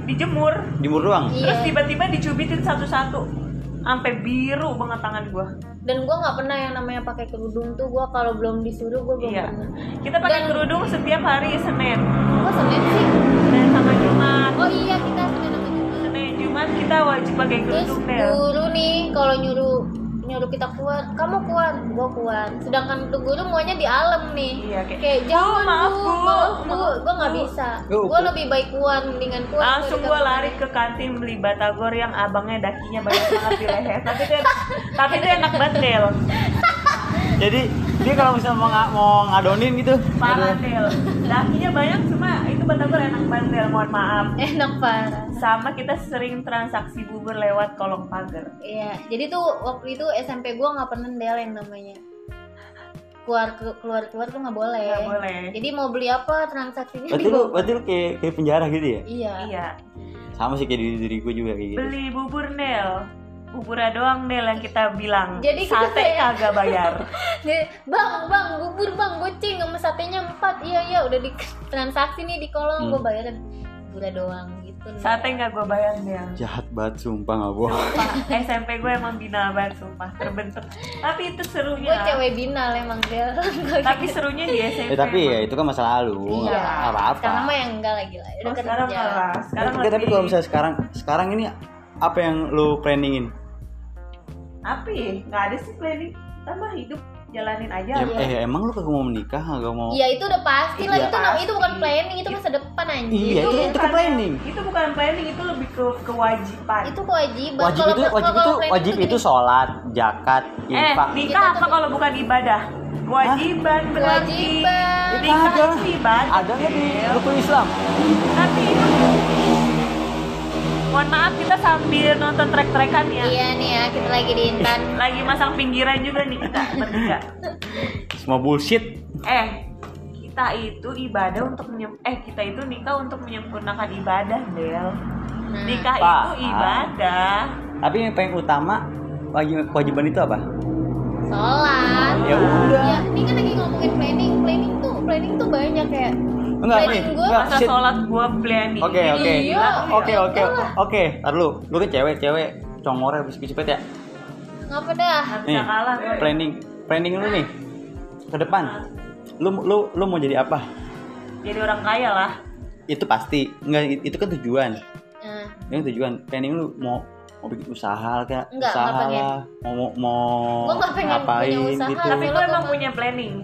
Speaker 3: Dijemur
Speaker 1: Jemur doang.
Speaker 2: Iya.
Speaker 3: Terus tiba-tiba dicubitin satu-satu Sampai biru banget tangan gue
Speaker 2: Dan gue nggak pernah yang namanya pakai kerudung tuh Gue kalau belum disuruh gue belum
Speaker 3: Iya
Speaker 2: pernah
Speaker 3: Kita pakai
Speaker 2: Dan-
Speaker 3: kerudung setiap hari Senin
Speaker 2: Kok Senin sih?
Speaker 3: Dan sama Jumat
Speaker 2: Oh iya kita Senin sama Jumat
Speaker 3: Senin Jumat kita wajib pakai
Speaker 2: Terus
Speaker 3: kerudung Del
Speaker 2: guru nih kalau nyuruh nyuruh kita keluar, kamu keluar, gua keluar. Sedangkan tuh guru maunya di alam nih.
Speaker 3: Iya, kayak,
Speaker 2: Kayak jangan
Speaker 3: "Bu, maaf,
Speaker 2: bu,
Speaker 3: Bu,
Speaker 2: maaf bu,
Speaker 3: maaf,
Speaker 2: gua nggak
Speaker 3: Bu."
Speaker 2: bisa.
Speaker 1: Lu-
Speaker 2: Gua lebih baik keluar mendingan keluar.
Speaker 3: langsung
Speaker 2: gua
Speaker 3: gue
Speaker 2: dikata-
Speaker 3: lari ke kantin beli batagor yang abangnya dakinya banyak banget di leher tapi itu tapi itu enak banget Del
Speaker 1: Jadi dia kalau misalnya mau, nga- mau ngadonin gitu.
Speaker 3: parah
Speaker 1: ada-
Speaker 3: Del dakinya banyak cuma itu batagor enak banget Del mohon maaf
Speaker 2: Enak parah.
Speaker 3: sama kita sering transaksi bubur lewat kolong pagar
Speaker 2: Iya, jadi tuh waktu itu SMP gua nggak pernah del yang namanya keluar ke- keluar keluar tuh nggak boleh.
Speaker 3: nggak boleh
Speaker 2: Jadi mau beli apa transaksinya
Speaker 1: Berarti
Speaker 2: di
Speaker 1: lu
Speaker 2: bawah.
Speaker 1: berarti lu kayak kayak penjara gitu ya?
Speaker 2: Iya.
Speaker 3: iya
Speaker 1: Sama sih kayak diri, diri gue juga kayak gitu.
Speaker 3: beli bubur Del buburnya doang Del yang kita bilang
Speaker 2: Jadi kita
Speaker 3: sate
Speaker 2: kayak-
Speaker 3: kagak bayar
Speaker 2: Jadi, bang, bang, bubur bang, goceng sama satenya empat. Iya, iya, udah di transaksi nih di
Speaker 1: Hmm.
Speaker 2: kolong, gue bayarin gula doang gitu. nih.
Speaker 3: sate nggak gue bayar Del
Speaker 1: Jahat banget sumpah nggak bohong.
Speaker 3: Sumpah, SMP gue emang bina banget sumpah terbentuk tapi itu
Speaker 2: Gue
Speaker 3: serunya
Speaker 2: cewek binal emang Del. Gua
Speaker 3: tapi serunya di SMP
Speaker 1: Eh tapi
Speaker 3: emang.
Speaker 1: ya itu kan masa lalu.
Speaker 2: Iya.
Speaker 1: nggak Apa-apa.
Speaker 2: Sekarang mah yang enggak lagi lah. Udah
Speaker 3: Oh,
Speaker 2: kerja.
Speaker 3: sekarang enggak lah. Sekarang
Speaker 1: Oke, tapi
Speaker 3: lebih-
Speaker 1: kalau misalnya sekarang sekarang ini apa yang lu planningin?
Speaker 3: apa ya? Nggak ada sih planning. Kita mah hidup jalanin aja.
Speaker 1: Em- eh emang lu kagak mau menikah, kagak mau
Speaker 2: Iya itu udah pasti lah
Speaker 1: Iya,
Speaker 2: itu nam-
Speaker 3: pasti.
Speaker 2: itu bukan planning itu masa depan anjir.
Speaker 1: Iya, itu- itu
Speaker 3: bukan-
Speaker 1: planning.
Speaker 3: Itu bukan planning, itu lebih ke kewajiban.
Speaker 2: Itu kewajiban.
Speaker 1: iya. wajib
Speaker 2: Kalau-
Speaker 1: itu
Speaker 2: kalau-
Speaker 1: wajib
Speaker 2: kalau
Speaker 1: itu
Speaker 2: planning
Speaker 1: wajib
Speaker 2: tuh
Speaker 1: itu
Speaker 2: gini,
Speaker 1: sholat, zakat,
Speaker 3: eh,
Speaker 1: infak.
Speaker 3: nikah
Speaker 2: Kita
Speaker 3: apa
Speaker 2: tuh-
Speaker 3: kalau bukan ibadah? Kewajiban berarti.
Speaker 2: Kewajiban.
Speaker 1: Ada.
Speaker 3: Nikah itu ibadah.
Speaker 1: Ada nggak di
Speaker 3: Del.
Speaker 1: rukun Islam?
Speaker 3: Tapi itu Mohon maaf kita sambil nonton trek-trekan ya.
Speaker 2: Iya nih ya kita lagi di Intan.
Speaker 3: Lagi masang pinggiran juga nih kita bertiga.
Speaker 1: Semua bullshit.
Speaker 3: Eh, kita itu ibadah untuk menyem- eh kita itu nikah untuk menyempurnakan ibadah, Del.
Speaker 2: Nah,
Speaker 3: Nikah
Speaker 1: Pak, Ah.
Speaker 3: itu ibadah.
Speaker 1: Tapi yang paling utama wajib- kewajiban itu apa?
Speaker 2: sholat.
Speaker 1: Ya
Speaker 3: Ah.
Speaker 1: udah.
Speaker 2: Ya, ini kan lagi ngomongin planning. Planning tuh, planning tuh banyak kayak
Speaker 1: Enggak nih.
Speaker 2: Planning gua
Speaker 1: Enggak,
Speaker 3: Masa
Speaker 1: shit.
Speaker 3: sholat gua planning.
Speaker 1: Oke, oke.
Speaker 2: Iya.
Speaker 1: Oke, oke.
Speaker 2: Iya lah.
Speaker 1: Oke, ntar lu. Lu kan cewek, cewek congornya habis cepet ya.
Speaker 2: ngapa dah?
Speaker 3: Nggak bisa
Speaker 1: Nih,
Speaker 3: kalah gua.
Speaker 1: planning planning lu nih ke depan. Lu lu lu mau jadi apa?
Speaker 3: Jadi orang kaya lah.
Speaker 1: Itu pasti. Enggak itu kan tujuan.
Speaker 2: Nah,
Speaker 1: Yang tujuan planning lu mau mau bikin usaha kayak
Speaker 2: Enggak,
Speaker 1: usaha
Speaker 2: nggak pengen.
Speaker 1: lah mau mau, mau
Speaker 2: Gua nggak pengen
Speaker 1: ngapain
Speaker 2: punya usaha.
Speaker 1: gitu.
Speaker 3: Tapi
Speaker 2: Sholat
Speaker 3: gua emang
Speaker 2: apa?
Speaker 3: punya planning.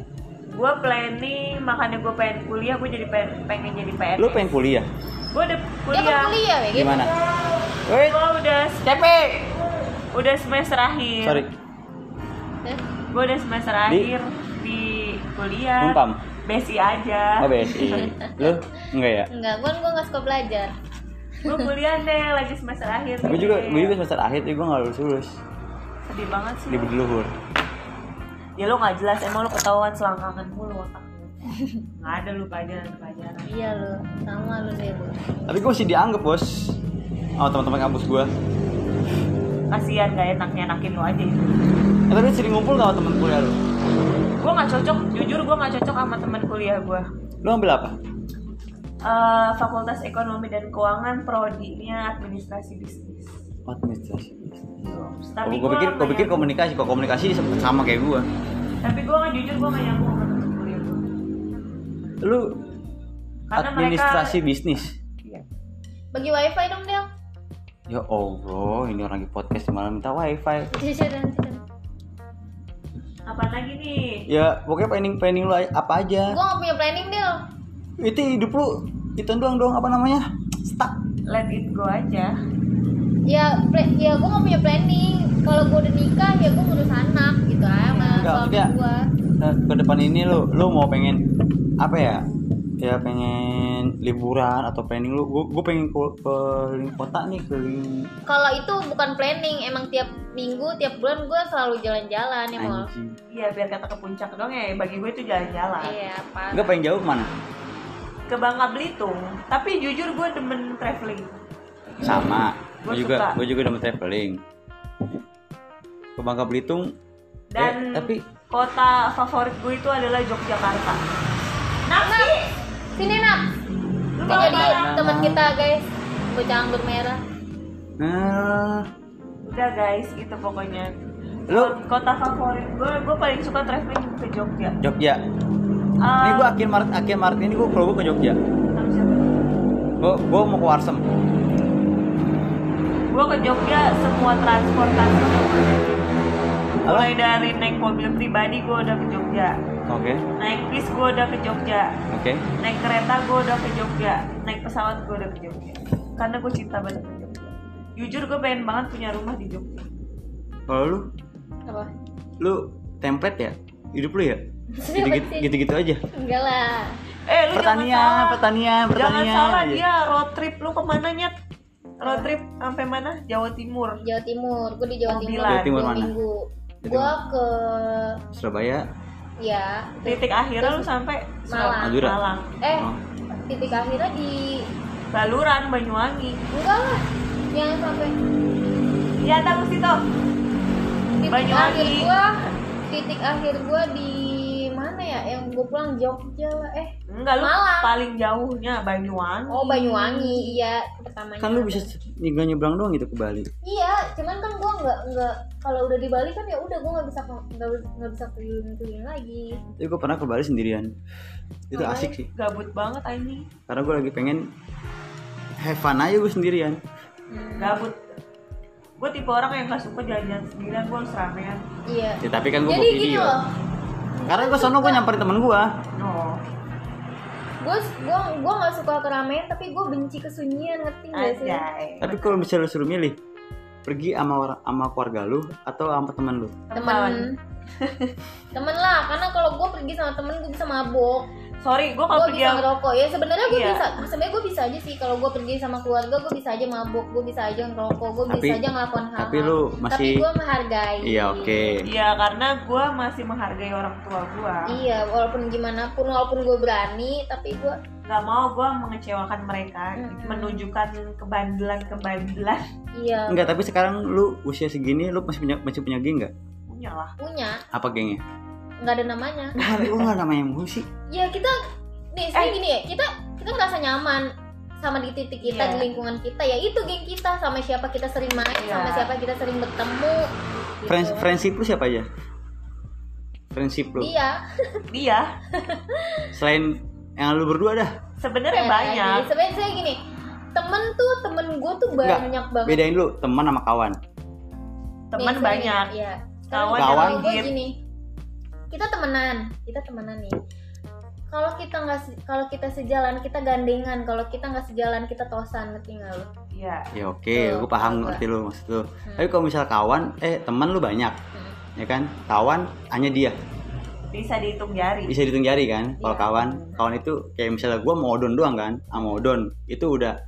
Speaker 3: Gua planning, makanya gua pengen kuliah, gua jadi pengen, pengen jadi PNS.
Speaker 1: Lu pengen kuliah?
Speaker 3: Gua udah
Speaker 2: dia kan
Speaker 3: kuliah.
Speaker 2: kuliah ya gitu.
Speaker 1: Gimana? Wait,
Speaker 3: Gua udah
Speaker 1: capek.
Speaker 3: udah semester akhir.
Speaker 1: Sorry,
Speaker 2: Eh,
Speaker 3: Gua udah semester akhir di kuliah.
Speaker 1: Unkam.
Speaker 3: Besi aja.
Speaker 1: Oh, BSI. Lu enggak ya?
Speaker 2: Enggak, gua gua nggak suka belajar.
Speaker 3: Gua kuliah deh, lagi semester akhir.
Speaker 1: Gue
Speaker 3: nih,
Speaker 1: juga,
Speaker 3: Del.
Speaker 1: gue juga semester akhir, tapi gue gak lulus lulus
Speaker 3: sedih banget sih.
Speaker 1: di Budi Luhur.
Speaker 3: Ya lu nggak jelas, emang lu ketahuan selangkangan mulu otak lu. Nggak ada lu pelajaran-pelajaran.
Speaker 2: Iya lu, sama lu deh lu.
Speaker 1: Tapi gue masih dianggap bos sama teman-teman kampus gue.
Speaker 3: kasihan gak enak nyenakin lo aja itu
Speaker 1: Ya, tapi sering ngumpul gak sama teman kuliah lu?
Speaker 3: gue nggak cocok jujur gue nggak cocok sama teman kuliah gue
Speaker 1: Lu ambil apa?
Speaker 3: Eh, fakultas ekonomi dan keuangan prodinya administrasi bisnis
Speaker 1: Administrasi.
Speaker 3: tapi
Speaker 1: gue
Speaker 3: gue
Speaker 1: pikir, gue pikir komunikasi. Kok komunikasi sama- sama kayak gue?
Speaker 3: tapi gue nggak jujur gue nggak nyambung sama teman kuliah gue
Speaker 1: Lu
Speaker 3: Karena
Speaker 1: administrasi bisnis.
Speaker 2: Bagi wifi dong Del.
Speaker 1: Ya Allah, ini orang di podcast malah minta wifi.
Speaker 2: Jajaran, jajaran.
Speaker 3: apa lagi nih
Speaker 1: Ya pokoknya planning planning lu apa aja.
Speaker 2: Gua nggak punya planning Del.
Speaker 1: Itu hidup lu itu doang doang apa namanya? Stuck.
Speaker 3: let it go aja
Speaker 2: Ya, pla- ya gua nggak punya planning. Kalau gua udah nikah ya gua ngurus anak gitu aja sama
Speaker 1: Enggak,
Speaker 2: suami
Speaker 1: enggak.
Speaker 2: gua.
Speaker 1: Nah, ke depan ini lu lu mau pengen apa ya? Ya pengen liburan atau planning lu gue pengen ke keliling kota nih keliling
Speaker 2: Kalau itu bukan planning, emang tiap minggu, tiap bulan gue selalu jalan-jalan ya mau.
Speaker 1: anjing
Speaker 3: Iya biar kata ke puncak dong ya bagi gue itu jalan-jalan
Speaker 2: Iya, apa?
Speaker 1: nggak pengen jauh kemana
Speaker 3: ke Bangka Belitung tapi jujur gue demen traveling
Speaker 1: sama
Speaker 3: Gua
Speaker 1: gue juga
Speaker 3: suka.
Speaker 1: gue juga udah traveling ke Bangka Belitung
Speaker 3: dan
Speaker 1: Eh, tapi
Speaker 3: kota favorit gue itu adalah Yogyakarta
Speaker 2: Nap, sini nap.
Speaker 3: Lu
Speaker 2: Jadi
Speaker 3: mau kemana?
Speaker 2: teman kita guys, bocah anggur merah.
Speaker 1: eh,
Speaker 3: udah guys itu pokoknya
Speaker 1: lu
Speaker 3: kota favorit gue gue paling suka traveling ke Jogja
Speaker 1: Jogja ini gue akhir Maret akhir Maret ini gue kalau gue ke Jogja
Speaker 3: Eh,
Speaker 1: gue gue mau ke Warsem
Speaker 3: gue ke Jogja semua transportasi
Speaker 1: Halo?
Speaker 3: mulai dari naik mobil pribadi gue udah ke Jogja
Speaker 1: oke
Speaker 3: naik bis gue udah ke Jogja
Speaker 1: oke
Speaker 3: naik kereta gue udah ke Jogja naik pesawat gue udah ke Jogja karena gue cinta banget ke Jogja jujur gue pengen banget punya rumah di Jogja
Speaker 1: kalau lu
Speaker 2: Apa?
Speaker 1: lu template ya hidup lu ya gitu gitu, gitu, aja
Speaker 2: Enggak lah.
Speaker 3: eh lu jangan
Speaker 1: pertanian
Speaker 3: salah
Speaker 1: pertanian pertanian iya. gitu.
Speaker 3: jangan salah iya.
Speaker 1: aja.
Speaker 3: dia road trip lu kemana nyet road trip sampai mana Jawa Timur
Speaker 2: Jawa Timur, gue di Jawa Timur.
Speaker 3: Mobilan.
Speaker 1: Oh, Jawa Timur
Speaker 2: dua
Speaker 1: mana?
Speaker 2: Minggu.
Speaker 1: Jawa
Speaker 2: Gue ke
Speaker 1: Surabaya
Speaker 2: ya
Speaker 3: titik akhirnya lu sampai Surabaya,
Speaker 1: Madura.
Speaker 3: Malang
Speaker 2: eh
Speaker 1: Oh.
Speaker 2: titik akhirnya di
Speaker 3: Baluran Banyuwangi
Speaker 2: enggak lah yang sampai
Speaker 3: ya tahu situ
Speaker 2: titik
Speaker 3: Banyuwangi.
Speaker 2: akhir gua titik akhir gua di mana ya yang gua pulang Jogja lah eh
Speaker 3: enggak lu
Speaker 2: Malang.
Speaker 3: paling jauhnya Banyuwangi
Speaker 2: oh Banyuwangi iya pertamanya
Speaker 1: kan lu bisa se- nyebrang nyebrang doang gitu ke Bali
Speaker 2: iya cuman kan gua nggak nggak kalau udah di Bali kan ya udah gua nggak bisa nggak nggak bisa keliling keliling lagi
Speaker 1: tapi gue pernah ke Bali sendirian itu
Speaker 2: Oh,
Speaker 1: asik sih
Speaker 3: gabut banget ini
Speaker 1: karena gue lagi pengen have fun aja gue sendirian
Speaker 3: gabut gue tipe orang yang gak suka jalan-jalan sendirian gue harus ramean
Speaker 2: iya
Speaker 1: ya, tapi kan gue
Speaker 2: jadi gini
Speaker 1: video
Speaker 2: loh
Speaker 1: karena gue sono gue nyamperin temen gue
Speaker 3: no
Speaker 2: gue gue gue nggak suka keramaian tapi gue benci kesunyian ngerti gak Iya sih
Speaker 3: anjay
Speaker 1: tapi kalau misalnya lu suruh milih pergi sama orang sama keluarga lu atau sama temen lu
Speaker 2: temen temen lah karena kalau gue pergi sama temen gue bisa mabok
Speaker 3: sorry gue kalau
Speaker 2: gue
Speaker 3: Oh, pergi
Speaker 2: bisa ngerokok ya sebenarnya gue
Speaker 3: Iya.
Speaker 2: bisa sebenarnya gue bisa aja sih kalau gue pergi sama keluarga gue bisa aja mabok gue bisa aja ngerokok gue
Speaker 1: Tapi-
Speaker 2: bisa aja ngelakuin hal
Speaker 1: tapi lu
Speaker 2: Ah, tapi
Speaker 1: masih
Speaker 2: gue menghargai
Speaker 1: iya oke
Speaker 3: Iya karena gue masih menghargai orang tua gue
Speaker 2: iya walaupun gimana pun walaupun gue berani tapi gue
Speaker 3: nggak mau gue mengecewakan mereka
Speaker 2: Mm-mm.
Speaker 3: menunjukkan kebandelan kebandelan
Speaker 2: iya
Speaker 1: enggak tapi sekarang lu usia segini lu masih punya masih punya geng nggak
Speaker 3: punya lah
Speaker 2: punya
Speaker 1: apa gengnya
Speaker 2: nggak ada namanya
Speaker 1: ah lu nggak namanya mulu sih
Speaker 2: ya kita nih
Speaker 3: Eh.
Speaker 2: sih gini ya kita kita ngerasa nyaman sama di titik kita
Speaker 3: Iya.
Speaker 2: di lingkungan kita ya itu geng kita sama siapa kita sering main
Speaker 3: Iya.
Speaker 2: sama siapa kita sering bertemu gitu.
Speaker 1: Friends, friendship lu siapa aja friendship lu
Speaker 2: dia
Speaker 3: dia
Speaker 1: selain yang lu berdua dah
Speaker 3: sebenarnya
Speaker 2: Eh,
Speaker 3: banyak
Speaker 2: lagi. sebenarnya saya gini temen tuh temen gue tuh
Speaker 1: Enggak,
Speaker 2: banyak banget
Speaker 1: bedain dulu teman sama kawan
Speaker 3: teman
Speaker 2: Nih, saya-
Speaker 3: banyak
Speaker 2: iya.
Speaker 3: Kawan
Speaker 2: Kalau
Speaker 1: yang
Speaker 2: gue
Speaker 3: dikit.
Speaker 2: gini kita temenan kita temenan nih kalau kita nggak se- kalau kita sejalan kita gandengan kalau kita nggak sejalan kita tosan ngerti nggak lu
Speaker 3: Iya.
Speaker 1: ya oke
Speaker 2: Betul,
Speaker 1: gue paham
Speaker 2: betul.
Speaker 1: ngerti lu maksud lu tapi kalau misal kawan eh teman lu banyak
Speaker 2: Hmm.
Speaker 1: ya kan kawan hanya dia
Speaker 3: bisa dihitung jari
Speaker 1: bisa dihitung jari kan kalau
Speaker 2: Iya.
Speaker 1: kawan kawan itu kayak misalnya gue mau odon doang kan sama odon itu udah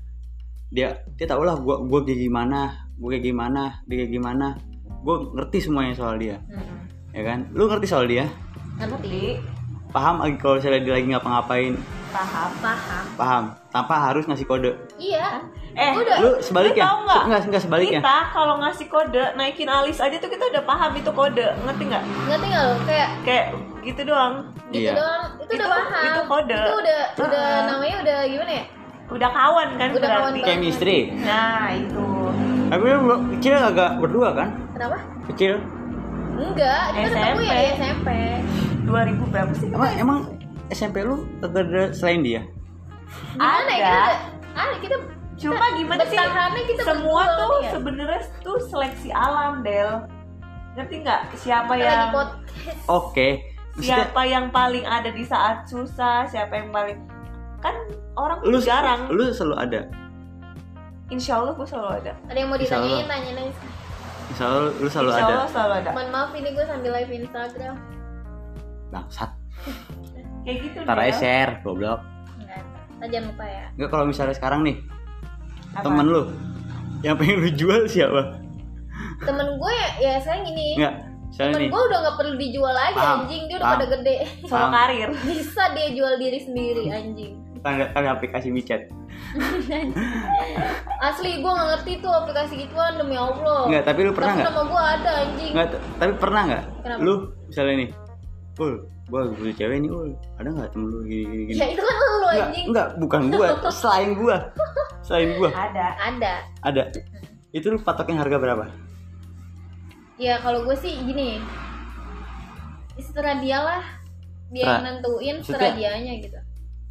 Speaker 1: dia dia tau lah gue gue kayak gimana gue kayak gimana dia kayak gimana gue ngerti semuanya soal dia
Speaker 2: Hmm.
Speaker 1: ya kan lu ngerti soal dia
Speaker 2: ngerti
Speaker 3: Ngerti?
Speaker 1: paham lagi kalau misalnya dia lagi ngapa-ngapain
Speaker 3: paham
Speaker 2: paham
Speaker 1: paham tanpa harus ngasih kode
Speaker 2: iya
Speaker 3: eh
Speaker 2: Gua udah-
Speaker 1: lu sebaliknya
Speaker 3: Lu tau nggak?
Speaker 1: enggak enggak sebaliknya
Speaker 3: kita kalau ngasih kode naikin alis aja tuh kita udah paham itu kode ngerti nggak
Speaker 2: ngerti nggak lu kayak
Speaker 3: kayak gitu doang
Speaker 2: gitu
Speaker 1: Iya.
Speaker 2: doang itu, udah
Speaker 3: Itu-
Speaker 2: paham
Speaker 3: itu kode.
Speaker 2: itu udah udah
Speaker 3: Ah.
Speaker 2: namanya udah gimana ya
Speaker 3: udah kawan kan
Speaker 2: Udah kawan
Speaker 3: berarti
Speaker 2: banget.
Speaker 1: chemistry
Speaker 3: nah itu
Speaker 1: tapi lu belum- kecil agak berdua kan
Speaker 2: kenapa
Speaker 1: kecil
Speaker 2: enggak kita ketemu ya di SMP
Speaker 3: 2000 berapa sih
Speaker 1: emang emang SMP lu kagak ada selain dia
Speaker 2: gimana ya
Speaker 3: Ada. Oh,
Speaker 2: kita ada kita
Speaker 3: cuma gimana sih
Speaker 2: bertahannya kita
Speaker 3: semua
Speaker 2: berdua
Speaker 3: tuh
Speaker 2: ya.
Speaker 3: sebenarnya tuh seleksi alam del ngerti nggak siapa
Speaker 2: kita lagi
Speaker 3: yang
Speaker 2: pot
Speaker 1: oke
Speaker 3: Iya.
Speaker 1: Maksudnya,
Speaker 3: siapa yang paling ada di saat susah siapa yang paling kan orang
Speaker 1: lu
Speaker 3: tuh jarang
Speaker 1: lu selalu ada
Speaker 3: insya Allah gue selalu ada
Speaker 2: ada yang mau
Speaker 1: Insya
Speaker 2: ditanyain
Speaker 1: Allah.
Speaker 2: tanyain aja
Speaker 1: selalu lu selalu
Speaker 3: insya
Speaker 1: ada
Speaker 3: Allah selalu ada
Speaker 2: mohon maaf ini gue sambil live Instagram
Speaker 1: bangsat
Speaker 3: kayak gitu
Speaker 1: Nah, ntar aja
Speaker 3: Del.
Speaker 1: share goblok
Speaker 2: Enggak. Nah, jangan lupa ya.
Speaker 1: Enggak kalau misalnya sekarang nih
Speaker 3: Apa?
Speaker 1: temen lu yang pengen lu jual siapa?
Speaker 2: Temen gue ya, ya sekarang gini.
Speaker 1: Enggak. Misalnya
Speaker 2: Temen
Speaker 1: nih.
Speaker 2: gue udah gak perlu dijual lagi
Speaker 1: Paham,
Speaker 2: anjing, dia udah
Speaker 1: paham.
Speaker 2: pada gede.
Speaker 3: solo
Speaker 1: Paham.
Speaker 3: karir
Speaker 2: Bisa dia jual diri sendiri anjing.
Speaker 1: Kan ada, kan ada aplikasi WeChat.
Speaker 2: Asli gue gak ngerti tuh aplikasi gituan demi Allah.
Speaker 1: Enggak, tapi lu pernah
Speaker 2: Tapi
Speaker 1: enggak?
Speaker 2: nama gue ada anjing.
Speaker 1: Enggak, t- tapi pernah enggak?
Speaker 2: Kenapa?
Speaker 1: Lu misalnya nih. Ul, gua butuh cewek nih, Ul. Ada enggak temen lu gini gini gini?
Speaker 2: Ya itu kan lu
Speaker 1: Enggak,
Speaker 2: anjing.
Speaker 1: enggak, bukan gua, selain gua. Selain gua.
Speaker 3: ada
Speaker 2: Ada.
Speaker 1: Ada. Itu lu patokin harga berapa?
Speaker 2: Ya kalau gue sih gini. Setelah dia lah dia yang
Speaker 1: Setelah-
Speaker 2: nentuin
Speaker 1: setelah-
Speaker 2: setelah dianya gitu.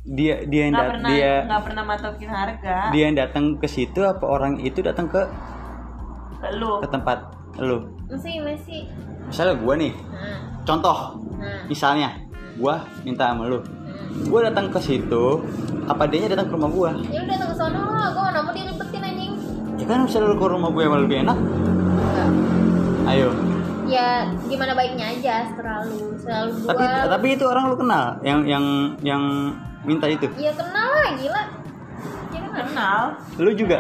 Speaker 1: Dia dia yang
Speaker 3: nggak
Speaker 1: dat-
Speaker 3: pernah
Speaker 1: dia
Speaker 3: nggak pernah matokin harga
Speaker 1: dia yang datang ke situ apa orang itu datang ke
Speaker 3: lu
Speaker 1: ke tempat lu?
Speaker 2: Masih masih.
Speaker 1: Misalnya gua nih,
Speaker 2: Nah,
Speaker 1: contoh
Speaker 2: nah.
Speaker 1: misalnya gua minta sama lu
Speaker 2: nah.
Speaker 1: gua datang ke situ apa dia datang ke rumah gua
Speaker 2: Ya lu datang ke sono lah, gue nama dia ribetin anjing.
Speaker 1: ya kan misalnya lu ke rumah gue yang lebih enak
Speaker 2: Enggak.
Speaker 1: ayo
Speaker 2: Ya gimana baiknya aja selalu selalu gua.
Speaker 1: tapi
Speaker 3: Iya.
Speaker 1: tapi itu orang lu kenal yang yang yang minta itu
Speaker 2: Ya kenal lah gila. Ya kenal.
Speaker 3: kenal
Speaker 1: lu juga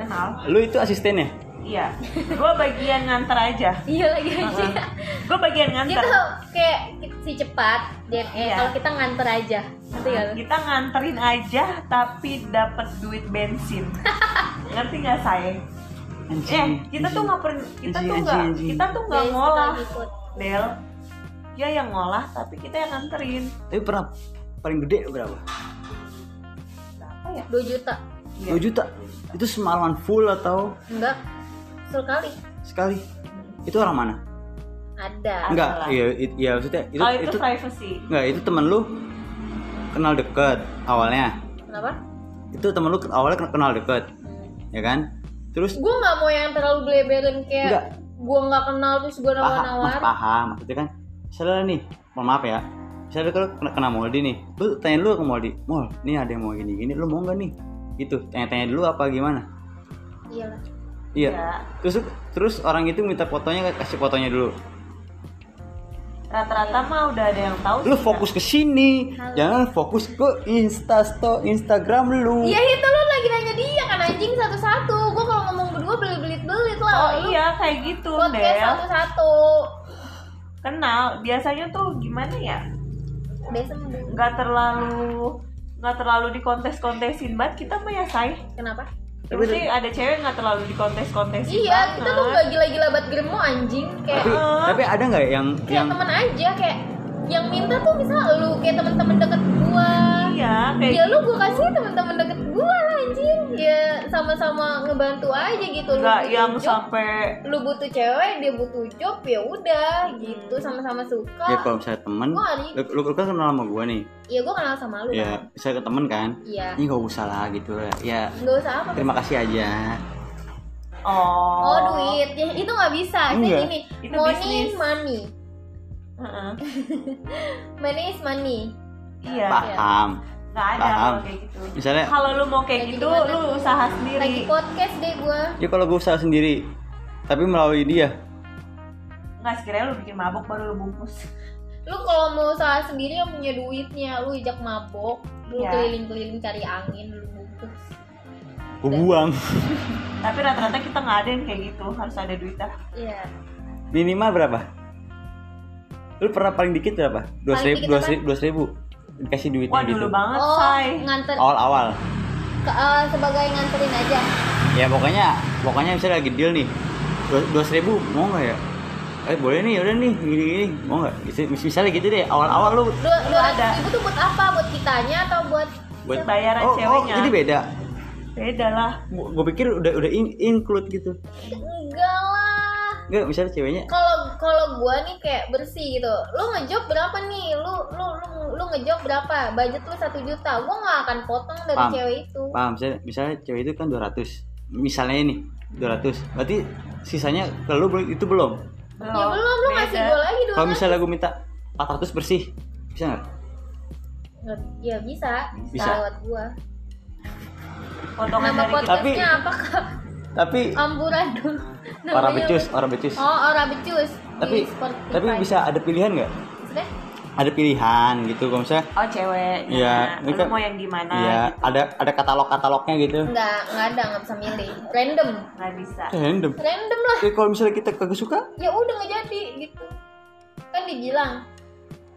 Speaker 3: kenal
Speaker 1: lu itu asistennya
Speaker 3: iya gue bagian nganter aja
Speaker 2: Iya lagi
Speaker 1: Nah,
Speaker 2: anjing.
Speaker 1: kan.
Speaker 3: gue bagian
Speaker 2: Dia
Speaker 1: Gitu.
Speaker 3: nganter
Speaker 2: tuh kayak si cepat dan eh
Speaker 3: Iya.
Speaker 2: kalau kita nganter aja. Ngerti gak lu?
Speaker 3: kita nganterin aja tapi dapat duit bensin ngerti nggak saya
Speaker 1: Iya.
Speaker 3: eh kita tuh nggak per- kita
Speaker 1: Anjing,
Speaker 3: tuh
Speaker 1: anjing,
Speaker 3: nggak
Speaker 1: anjing.
Speaker 3: kita tuh nggak
Speaker 1: Iya,
Speaker 2: Guys,
Speaker 3: ngolah
Speaker 2: kita ikut.
Speaker 3: Del dia yang ngolah tapi kita yang nganterin
Speaker 1: tapi pernah paling gede berapa
Speaker 3: apa ya
Speaker 2: 2 juta.
Speaker 3: Iya.
Speaker 1: 2 juta itu semalaman full atau
Speaker 2: Enggak. Sekali
Speaker 1: sekali itu orang mana
Speaker 2: ada.
Speaker 1: enggak
Speaker 3: lah.
Speaker 1: iya it- iya maksudnya itu
Speaker 3: oh itu,
Speaker 1: itu
Speaker 3: privacy
Speaker 1: enggak itu teman lu kenal deket awalnya
Speaker 2: Kenapa?
Speaker 1: itu temen lu awalnya ken- kenal deket ya kan terus
Speaker 2: Gue nggak mau yang terlalu
Speaker 1: Enggak.
Speaker 2: bleberin kayak gue nggak kenal terus gue
Speaker 1: paham mas
Speaker 2: nawar-nawar.
Speaker 1: paham maksudnya kan misalnya nih mohon maaf ya misalnya kalau kena, kena Moldi nih lu tanya lu ke Moldi Mol nih ada yang mau gini gini lu mau nggak nih gitu tanya-tanya dulu apa gimana
Speaker 2: Iyalah.
Speaker 1: iya
Speaker 3: Iya.
Speaker 1: terus terus orang itu minta fotonya kasih fotonya dulu
Speaker 3: rata-rata mah udah ada yang tahu
Speaker 1: lu
Speaker 3: sih,
Speaker 1: fokus ke sini jangan fokus ke instasto instagram lu
Speaker 2: Ya itu lu lagi nanya dia kan anjing satu-satu. Gue kalau ngomong berdua belit-belit
Speaker 3: Kak.
Speaker 2: lah.
Speaker 3: oh
Speaker 2: Lu
Speaker 3: iya kayak gitu
Speaker 2: podcast
Speaker 3: Del
Speaker 2: satu-satu.
Speaker 3: kenal biasanya tuh gimana ya
Speaker 2: Biasa mending.
Speaker 3: nggak terlalu nggak terlalu dikontes-kontesin banget kita mah ya say
Speaker 2: Kenapa?
Speaker 1: Tapi-
Speaker 3: tapi ada cewek nggak terlalu dikontes-kontesin
Speaker 2: Iya, kita tuh
Speaker 3: banget.
Speaker 2: nggak gila-gila banget geremo anjing kayak
Speaker 1: tapi tapi ada nggak yang
Speaker 2: kayak
Speaker 1: yang
Speaker 2: teman aja kayak yang minta tuh misal lu kayak teman-teman deket gua.
Speaker 3: iya kayak
Speaker 2: ya lu gue kasih teman-teman deket gue anjing ya sama-sama ngebantu aja gitu lu
Speaker 3: nggak
Speaker 2: butuh
Speaker 3: yang
Speaker 2: job,
Speaker 3: sampai
Speaker 2: lu butuh cewek dia butuh job ya udah gitu sama-sama suka
Speaker 1: ya kalau misalnya temen
Speaker 2: Gua ada-
Speaker 1: lu, lu, lu kan kenal sama gua nih
Speaker 2: ya gue kenal sama lu
Speaker 1: ya
Speaker 2: kan
Speaker 1: misalnya ke temen kan
Speaker 2: iya
Speaker 1: ini gak usah lah gitu lah ya
Speaker 2: nggak usah apa
Speaker 1: terima kasih aja
Speaker 2: Iya.
Speaker 3: oh
Speaker 2: oh duit ya itu nggak bisa sih
Speaker 1: Enggak.
Speaker 2: gini
Speaker 3: Itu
Speaker 2: money is
Speaker 3: bisnis.
Speaker 2: money
Speaker 3: Heeh.
Speaker 2: money is money
Speaker 3: iya
Speaker 1: paham
Speaker 3: nggak ada
Speaker 1: Paham. Iya.
Speaker 3: kalau kayak gitu
Speaker 1: misalnya
Speaker 3: kalau lu mau kayak
Speaker 2: Lagi
Speaker 3: gitu
Speaker 2: gimana?
Speaker 3: lu usaha
Speaker 2: lagi
Speaker 3: sendiri
Speaker 2: podcast deh gue
Speaker 1: ya kalau gue usaha sendiri tapi melalui dia
Speaker 3: nggak sekiranya lu bikin mabok baru lu bungkus
Speaker 2: lu kalau mau usaha sendiri yang punya duitnya lu ijak mabok lu
Speaker 3: Iya.
Speaker 2: keliling-keliling cari angin lu bungkus
Speaker 1: gue
Speaker 2: Iya.
Speaker 1: buang
Speaker 3: tapi rata-rata kita nggak ada yang kayak gitu harus ada duit dah
Speaker 2: iya
Speaker 1: minimal berapa lu pernah paling dikit berapa dua
Speaker 2: Paling
Speaker 1: ribu
Speaker 2: dikit
Speaker 1: dua
Speaker 2: apa?
Speaker 1: ribu dikasih duitnya
Speaker 3: wah
Speaker 1: gitu
Speaker 3: dulu banget
Speaker 2: oh
Speaker 3: say
Speaker 2: nganter
Speaker 1: awal awal
Speaker 2: Ke- eh, sebagai nganterin aja
Speaker 1: ya pokoknya pokoknya misalnya lagi deal nih dua ribu mau nggak ya eh boleh nih udah nih gini gini mau nggak Mis- misalnya gitu deh awal awal lu
Speaker 2: dua dua
Speaker 3: ada.
Speaker 2: ribu tuh buat apa buat kitanya atau buat
Speaker 1: buat
Speaker 3: Bayaran
Speaker 1: oh, oh
Speaker 3: ceweknya.
Speaker 1: jadi beda
Speaker 3: beda lah
Speaker 1: gue pikir udah udah in- include gitu
Speaker 2: enggak lah
Speaker 1: Enggak, misalnya ceweknya
Speaker 2: kalau kalau gua nih kayak bersih gitu lu ngejob berapa nih lu lu lu, lu ngejob berapa budget lu satu juta gua nggak akan potong dari
Speaker 1: Paham.
Speaker 2: cewek itu
Speaker 1: paham misalnya, misalnya cewek itu kan 200 misalnya ini 200 berarti sisanya kalau itu belum
Speaker 3: belum
Speaker 2: ya belum lu ngasih
Speaker 3: Beda.
Speaker 2: gua lagi dua
Speaker 1: kalau misalnya gue minta 400 bersih bisa nggak
Speaker 2: ya bisa
Speaker 1: Bisa.
Speaker 2: lewat gua
Speaker 3: potongan
Speaker 2: nama
Speaker 3: dari kita
Speaker 2: podcastnya apa kak
Speaker 1: tapi
Speaker 2: amburadul
Speaker 1: orang
Speaker 2: Oh, Namanya-
Speaker 1: becus orang becus
Speaker 2: oh orang becus
Speaker 1: tapi
Speaker 2: Di Spotify.
Speaker 1: tapi bisa ada pilihan nggak
Speaker 2: Maksudnya?
Speaker 1: ada pilihan gitu kalau misalnya
Speaker 3: oh cewek
Speaker 1: Iya, ini
Speaker 3: lu
Speaker 1: kan-
Speaker 3: mau yang gimana
Speaker 2: Nah.
Speaker 1: Iya,
Speaker 3: gitu
Speaker 1: ada ada katalog-katalognya gitu.
Speaker 2: nggak nggak ada nggak bisa milih random
Speaker 3: nggak bisa
Speaker 2: Nah.
Speaker 1: Random.
Speaker 2: random lah
Speaker 1: Tapi Eh, kalau misalnya kita kagak suka,
Speaker 2: ya udah nggak jadi gitu kan dibilang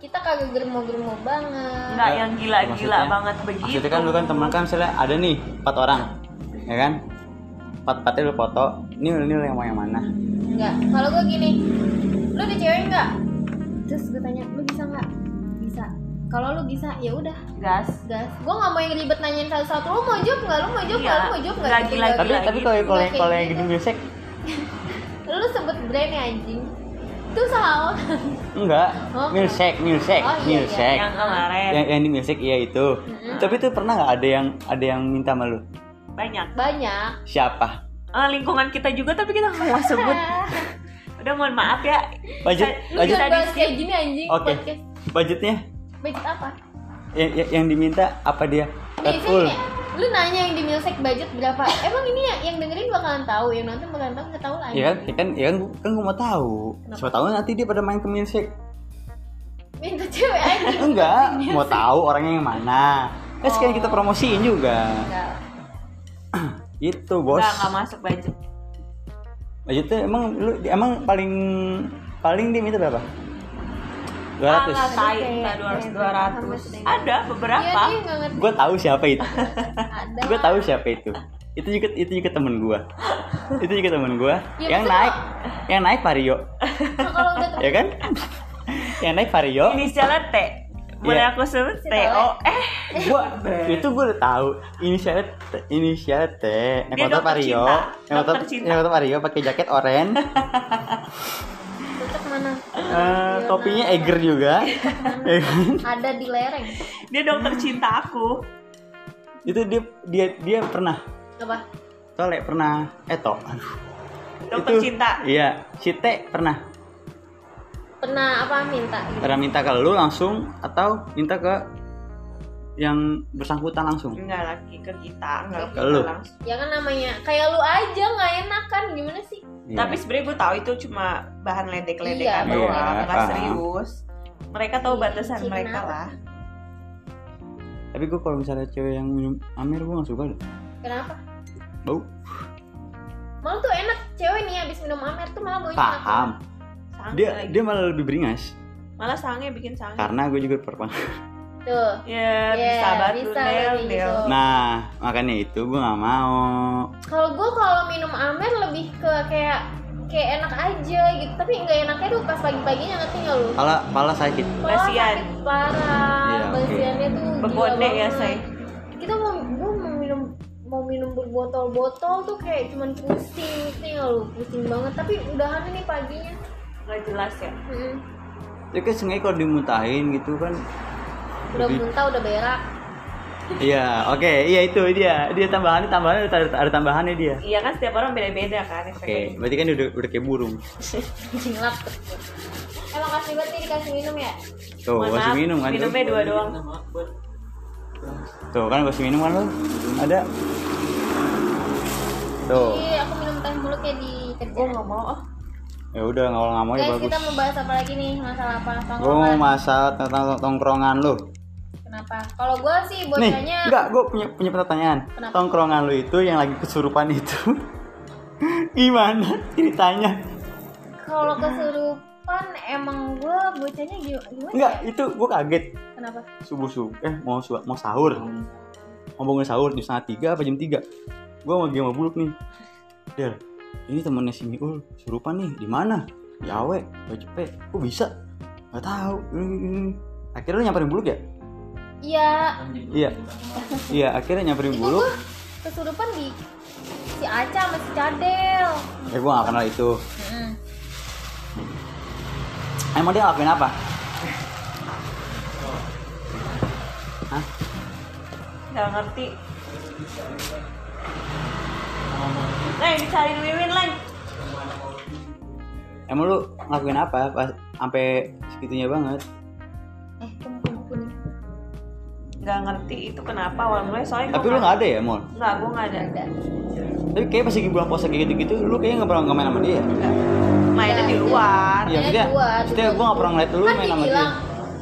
Speaker 2: kita kagak germo-germo banget
Speaker 3: nggak yang gila-gila
Speaker 1: Maksudnya-
Speaker 3: banget begitu
Speaker 1: maksudnya kan lu kan teman kan misalnya ada nih empat orang, ya kan? Empat empatnya lu foto. Ini ini lu yang mau yang mana?
Speaker 3: Hmm,
Speaker 2: nggak kalau gue gini lu ada cewek nggak terus gue tanya lu bisa nggak bisa kalau lu bisa ya udah
Speaker 3: gas
Speaker 2: gas gue nggak mau yang ribet nanyain satu-satu lu mau jawab nggak lu mau jawab nggak
Speaker 3: Iya,
Speaker 2: lu mau jawab nggak
Speaker 3: nggak
Speaker 2: gitu,
Speaker 3: gila,
Speaker 2: nggak
Speaker 1: Tapi
Speaker 3: Gila
Speaker 1: tapi
Speaker 3: gitu.
Speaker 1: kalau kalau yang
Speaker 2: Kayak
Speaker 1: kalau yang
Speaker 2: gitu.
Speaker 1: gedung gesek
Speaker 2: lu sebut brand ya anjing itu salah orang.
Speaker 1: enggak.
Speaker 2: Oh.
Speaker 1: Milsek, milsek,
Speaker 2: Oh, iya, iya.
Speaker 1: milsek.
Speaker 3: yang kemarin
Speaker 1: Yang yang di milsek iya itu. Tapi itu pernah nggak ada yang ada yang minta sama lu?
Speaker 3: banyak
Speaker 2: banyak
Speaker 1: Siapa?
Speaker 3: Ah, lingkungan kita juga tapi kita nggak mau sebut udah mohon maaf ya
Speaker 1: Budget,
Speaker 2: lu
Speaker 3: Sa-
Speaker 1: budget.
Speaker 2: jangan
Speaker 3: Lanjut.
Speaker 2: bahas kayak gini anjing
Speaker 1: Oke.
Speaker 2: podcast
Speaker 1: Budgetnya
Speaker 2: budget apa
Speaker 1: yang, yang- yang diminta apa dia? Red Bull.
Speaker 2: biasanya
Speaker 3: ya?
Speaker 2: Iya, lu nanya yang di milsek budget berapa emang ini ya yang dengerin bakalan tahu yang nonton bakalan tahu nggak tahu lah
Speaker 1: Ya kan, ya kan, ya kan, gua- kan gue mau tahu. Siapa tahu nanti dia pada main ke milsek.
Speaker 2: minta cewek aja
Speaker 1: Enggak,
Speaker 2: Iya
Speaker 1: mau tahu orangnya yang mana. Kan sekarang
Speaker 2: Oh.
Speaker 1: kita promosiin juga.
Speaker 2: Enggak.
Speaker 1: Itu bos.
Speaker 3: nggak nggak masuk budget
Speaker 1: Maksudnya emang lu emang paling paling dia minta berapa? 200.
Speaker 3: ah nggak tahu
Speaker 2: Kayak-
Speaker 3: kita dua ratus
Speaker 2: kayak
Speaker 3: dua ratus ada
Speaker 2: Iya
Speaker 3: beberapa
Speaker 2: dia nggak ngerti
Speaker 1: Gue tahu siapa itu.
Speaker 2: ada
Speaker 1: Gue tahu siapa itu. Itu juga itu juga temen gue. Itu juga temen gue.
Speaker 2: Ya,
Speaker 1: Yang
Speaker 2: betul.
Speaker 1: naik, yang naik Vario,
Speaker 2: Nah, kalau udah
Speaker 1: ya kan? Yang naik Vario.
Speaker 3: inisialnya T boleh
Speaker 1: Iya.
Speaker 3: aku sebut T
Speaker 2: Boleh.
Speaker 3: O eh
Speaker 1: gua itu gue udah tahu inisialnya T- inisialnya T yang
Speaker 3: Dia
Speaker 1: foto
Speaker 3: dokter
Speaker 1: Mario
Speaker 3: cinta.
Speaker 1: yang foto
Speaker 3: Dokter cinta.
Speaker 1: yang foto Mario pakai jaket oranye
Speaker 2: cocok mana
Speaker 1: eh, topinya Eger juga
Speaker 3: Iya.
Speaker 1: Ya kan?
Speaker 2: ada di lereng
Speaker 3: dia dokter cinta aku
Speaker 1: itu dia dia dia pernah
Speaker 2: apa
Speaker 1: tole pernah eto aduh
Speaker 3: dokter
Speaker 1: Itu-
Speaker 3: cinta
Speaker 1: iya si T pernah
Speaker 2: pernah apa minta gitu
Speaker 1: pernah minta ke lu langsung atau minta ke yang bersangkutan langsung Iya.
Speaker 3: nggak lagi ke kita nggak
Speaker 1: Ke lu.
Speaker 3: langsung
Speaker 2: ya kan namanya kayak lu aja nggak enak kan gimana sih
Speaker 1: Iya.
Speaker 3: Tapi sebenarnya gue tahu itu cuma bahan ledek-ledekan
Speaker 2: Iya,
Speaker 3: doang,
Speaker 1: bener.
Speaker 3: nggak
Speaker 1: Paham.
Speaker 3: serius. Mereka tahu
Speaker 2: Iya,
Speaker 3: batasan
Speaker 2: sih,
Speaker 3: mereka
Speaker 2: kenapa?
Speaker 3: lah.
Speaker 1: tapi gue kalau misalnya cewek yang minum Amir gue gak suka deh
Speaker 2: kenapa
Speaker 1: bau
Speaker 2: malah tuh enak cewek nih abis minum amer tuh malah baunya enak.
Speaker 1: paham
Speaker 3: Sange
Speaker 1: dia
Speaker 3: lagi.
Speaker 1: dia malah lebih beringas
Speaker 3: Malah sange bikin sange.
Speaker 1: karena gue juga pernah
Speaker 2: tuh
Speaker 3: Ya,
Speaker 2: Iya,
Speaker 3: bisa batu
Speaker 2: bisa
Speaker 3: del,
Speaker 2: lebih
Speaker 3: del.
Speaker 2: gitu.
Speaker 1: Nah, makanya itu gue nggak mau.
Speaker 2: kalau gue kalau minum amer lebih ke kayak kayak enak aja gitu tapi nggak enaknya tuh pas pagi-paginya ngerti nggak lu
Speaker 1: Pala, pala sakit.
Speaker 2: Wah,
Speaker 3: Basian.
Speaker 2: Oh, sakit parah
Speaker 1: Iya, oke.
Speaker 2: basiannya tuh gila
Speaker 3: Begonde ya,
Speaker 2: banget.
Speaker 3: Shay.
Speaker 2: kita mau gue mau minum mau minum berbotol-botol tuh kayak cuman pusing ngerti nggak lu pusing banget tapi udahan ini paginya
Speaker 3: Nggak jelas ya.
Speaker 2: Mm-mm.
Speaker 1: Ya kan sengaja kalau dimutahin gitu kan.
Speaker 2: udah
Speaker 1: Lebih-
Speaker 2: muntah udah berak
Speaker 1: Iya, oke, iya itu dia. Dia tambahannya, tambahannya ada, ada tambahannya dia.
Speaker 3: Iya kan setiap orang beda-beda kan
Speaker 1: Oke,
Speaker 3: efeknya.
Speaker 1: berarti kan dia udah udah kayak burung.
Speaker 2: Anjing lapar gua. emang kasih Eh, banget nih dikasih minum ya
Speaker 1: Tuh,
Speaker 3: Mohon
Speaker 1: gua kasih
Speaker 3: maaf,
Speaker 1: minum kan.
Speaker 3: minumnya
Speaker 1: tuh.
Speaker 3: dua doang.
Speaker 1: Tuh, kan gua kasih minum kan lo. Ada. Tuh.
Speaker 2: Ih, Iya, aku minum teh mulu kayak di kerja
Speaker 3: Gue nggak mau. Oh,
Speaker 1: Ya udah kalau nggak mau ya
Speaker 2: guys
Speaker 1: bagus.
Speaker 2: kita mau bahas apa lagi nih masalah apa
Speaker 1: Gue mau
Speaker 2: tongkrongan
Speaker 1: masalah tentang tongkrongan lo.
Speaker 2: kenapa kalau gue sih
Speaker 1: Nih,
Speaker 2: bocahnya
Speaker 1: enggak, gue punya punya pertanyaan.
Speaker 2: Kenapa?
Speaker 1: Tongkrongan lu itu yang lagi kesurupan itu, gimana ceritanya?
Speaker 2: kalau kesurupan emang gue bocahnya gimana, gimana
Speaker 1: Enggak,
Speaker 2: ya?
Speaker 1: itu gue kaget
Speaker 2: kenapa
Speaker 1: subuh subuh. Eh mau su- mau sahur, mau bangun sahur jam setengah tiga apa jam tiga? Gue mau game buluk nih. Del, ini temennya si Miul surupan nih, di mana? Di Awe, Bajepe, kok bisa? Gak tahu. Hmm. Akhirnya lu nyamperin buluk ya?
Speaker 2: iya
Speaker 1: Iya, iya akhirnya nyamperin
Speaker 2: itu
Speaker 1: buluk.
Speaker 2: gue kesurupan di si Aca sama si Cadel
Speaker 1: Eh gue gak kenal itu.
Speaker 2: Mm-mm.
Speaker 1: Emang dia ngelakuin apa? Hah?
Speaker 3: nggak ngerti. Nah, dicariin Wiwin lain.
Speaker 1: Emang lu ngelakuin apa pas sampai segitunya banget?
Speaker 2: eh kamu kamu kuning
Speaker 3: Nggak ngerti itu kenapa awal mulai soalnya.
Speaker 1: Tapi lu nggak ada ya, Mol?
Speaker 3: Nggak, gue nggak ada.
Speaker 2: ada
Speaker 1: Tapi kayak pas lagi bulan puasa kayak gitu-gitu, lu kayaknya nggak pernah nggak main sama dia. ya?
Speaker 3: Mainnya di luar.
Speaker 1: Iya, maksudnya,
Speaker 2: dua,
Speaker 1: maksudnya
Speaker 2: dua.
Speaker 1: gue nggak pernah ngeliat lu
Speaker 2: kan
Speaker 1: main
Speaker 2: dia
Speaker 1: sama dia.
Speaker 2: bilang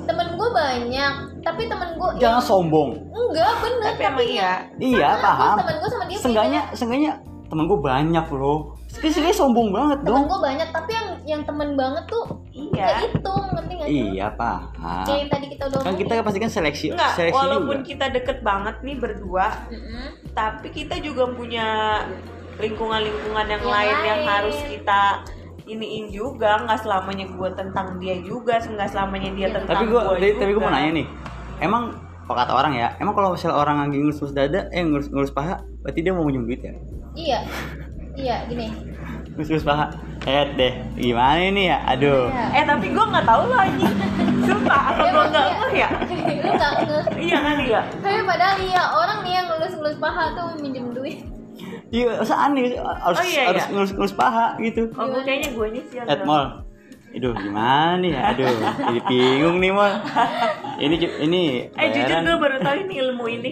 Speaker 2: temen banyak tapi temen gue
Speaker 1: Jangan sombong.
Speaker 2: enggak bener
Speaker 3: Tapi emang iya.
Speaker 1: Iya,
Speaker 2: Sama,
Speaker 1: paham.
Speaker 2: Kan gua- temen gua sama dia
Speaker 1: Seenggaknya, seenggaknya temen gue banyak loh. Sekali-sekali sombong banget
Speaker 2: temen
Speaker 1: dong. Ya.
Speaker 2: gue banyak tapi yang yang temen banget tuh
Speaker 3: Iya.
Speaker 2: nggak hitung ngerti nggak sih
Speaker 1: Iya,
Speaker 2: kayak
Speaker 1: paham.
Speaker 2: yang tadi kita udah
Speaker 1: Kan kita pastikan seleksi,
Speaker 3: Enggak,
Speaker 1: seleksi
Speaker 3: walaupun
Speaker 1: juga.
Speaker 3: kita deket banget nih berdua,
Speaker 2: Mm-mm.
Speaker 3: tapi kita juga punya lingkungan-lingkungan yang
Speaker 2: Yang
Speaker 3: lain yang
Speaker 2: lain.
Speaker 3: harus kita iniin juga nggak selamanya gue tentang dia juga nggak selamanya dia
Speaker 2: Iya.
Speaker 3: tentang
Speaker 1: Tapi gue,
Speaker 3: gua
Speaker 1: tapi gue
Speaker 3: juga.
Speaker 1: mau nanya nih. Emang kalau kata orang ya, emang kalau misalnya orang lagi ngurus-ngurus dada, eh ngurus-ngurus paha, berarti dia mau minjem duit ya?
Speaker 2: iya iya gini
Speaker 1: Ngurus-ngurus paha. Eh deh, gimana ini ya? Aduh.
Speaker 2: Iya.
Speaker 3: eh tapi gue nggak tahu lah anjing sumpah apa
Speaker 2: Iya,
Speaker 3: gue
Speaker 2: emang
Speaker 3: nggak
Speaker 2: iya.
Speaker 3: ngeh ya
Speaker 2: lu nggak nge
Speaker 3: iya kali ya
Speaker 2: tapi padahal iya orang nih yang lulus lulus paha tuh minjem duit
Speaker 1: Iya, masa aneh harus
Speaker 3: Oh, iya,
Speaker 1: harus
Speaker 3: iya.
Speaker 1: ngurus-ngurus paha gitu.
Speaker 3: oh gue kayaknya gue nih sih yang
Speaker 1: At
Speaker 3: nggak-
Speaker 1: mall. Aduh gimana nih ya? Aduh, jadi bingung nih mall. Ini ju- ini
Speaker 3: eh jujur
Speaker 1: bayaran.
Speaker 3: gue baru tahu ini ilmu ini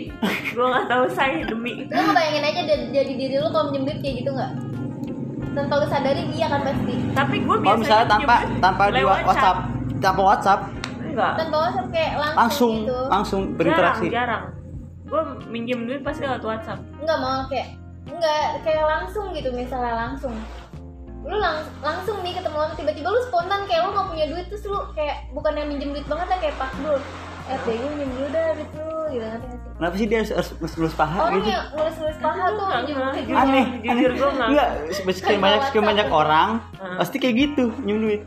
Speaker 3: gue nggak tahu saya demi
Speaker 2: lu ngebayangin aja dari, dari diri lu kalau minjem duit kayak gitu nggak tanpa lu sadari iya kan pasti
Speaker 3: tapi gue
Speaker 1: Kalau
Speaker 3: biasanya
Speaker 1: misalnya tanpa
Speaker 3: pinjem
Speaker 1: tanpa di
Speaker 3: lewat
Speaker 1: wa- WhatsApp, tanpa WhatsApp,
Speaker 3: chat. enggak
Speaker 2: tanpa WhatsApp kayak langsung,
Speaker 1: langsung
Speaker 2: gitu
Speaker 1: langsung berinteraksi.
Speaker 3: jarang, jarang. gue minjem duit pasti lewat WhatsApp
Speaker 2: nggak mau kayak nggak kayak langsung gitu misalnya langsung lu lang- langsung nih ketemu orang tiba-tiba lu spontan kayak lu nggak punya duit terus lu kayak bukan yang minjem duit banget lah kayak pak dul eh deh gue minjem dulu dah duit lu gitu ngerti nggak sih
Speaker 1: Kenapa sih dia harus harus ngurus- ngurus paha
Speaker 2: orang
Speaker 1: gitu?
Speaker 2: yang nulis nulis paha tuh
Speaker 3: Nggak,
Speaker 2: minjem
Speaker 3: nggak.
Speaker 2: duit gitu.
Speaker 3: Jujur,
Speaker 1: Aneh,
Speaker 3: Oh, iya. jujur
Speaker 1: aneh.
Speaker 3: gua nggak-
Speaker 1: Enggak, sekian banyak sekian banyak orang
Speaker 3: Hmm.
Speaker 1: pasti kayak gitu minjem duit.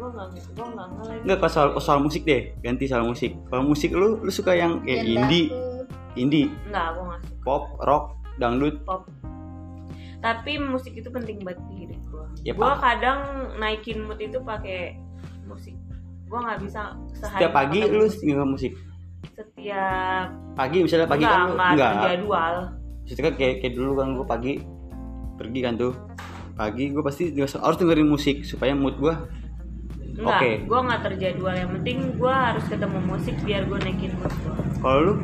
Speaker 3: gue nggak gue nggak ngeliat
Speaker 1: Enggak kalau soal, soal musik deh, ganti soal musik. Kalau musik lu lu suka yang kayak
Speaker 2: Biar
Speaker 1: indie,
Speaker 2: takut.
Speaker 1: indie,
Speaker 3: nggak gue nggak
Speaker 1: pop, rock, dangdut.
Speaker 3: pop tapi musik itu penting banget di hidup gue
Speaker 1: Ya,
Speaker 3: gue
Speaker 1: paham.
Speaker 3: kadang naikin mood itu pakai musik gue nggak bisa sehari
Speaker 1: Setiap pagi
Speaker 3: pakai
Speaker 1: lu
Speaker 3: musik.
Speaker 1: denger musik.
Speaker 3: setiap
Speaker 1: Pagi misalnya pagi
Speaker 3: nggak
Speaker 1: kan lu
Speaker 3: nggak
Speaker 1: enggak.
Speaker 3: terjadwal
Speaker 1: Itu kan kayak, kayak dulu kan gue pagi pergi kan tuh pagi gue pasti juga harus dengerin musik supaya mood gue
Speaker 3: Enggak,
Speaker 1: Oke.
Speaker 3: gue nggak terjadwal yang penting gue harus ketemu musik biar gue naikin mood gue
Speaker 1: kalau lu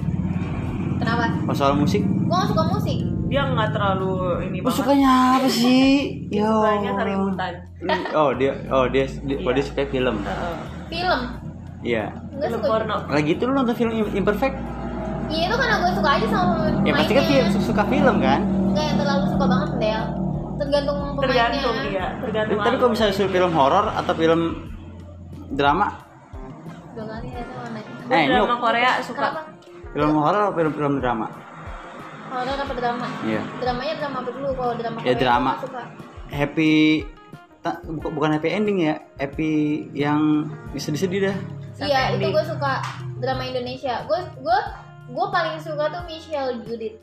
Speaker 2: kenapa
Speaker 1: kalau soal musik
Speaker 2: gue nggak suka musik
Speaker 3: dia nggak terlalu ini
Speaker 1: lu
Speaker 3: banget
Speaker 1: sukanya apa sih Ya
Speaker 3: dia sukanya
Speaker 1: Allah.
Speaker 3: keributan
Speaker 1: Lu- oh dia oh dia dia, oh, dia suka film
Speaker 3: Heeh.
Speaker 2: film
Speaker 1: iya
Speaker 2: gue
Speaker 3: Film
Speaker 2: suka
Speaker 3: porno
Speaker 1: lagi itu lu nonton film Im- imperfect
Speaker 2: iya itu karena gue suka aja sama pemainnya
Speaker 1: ya pasti kan dia su- suka film kan
Speaker 2: nggak yang terlalu suka banget Del tergantung pemainnya
Speaker 3: tergantung dia tergantung
Speaker 1: tapi kalau misalnya suruh film horor atau film drama
Speaker 2: dua kali ya sama naik
Speaker 3: Gua
Speaker 1: eh ini
Speaker 3: drama Korea suka
Speaker 2: kenapa
Speaker 1: film horor atau film film drama
Speaker 2: horor apa drama
Speaker 1: iya
Speaker 2: dramanya drama apa dulu kalau drama
Speaker 1: Ya,
Speaker 2: Korea
Speaker 1: drama.
Speaker 2: gua suka
Speaker 1: happy ta- bu- bukan happy ending ya happy yang sedih-sedih dah
Speaker 3: Sampai
Speaker 2: iya itu
Speaker 3: ending.
Speaker 2: gue suka drama Indonesia gue gue gue paling suka tuh Michelle Judith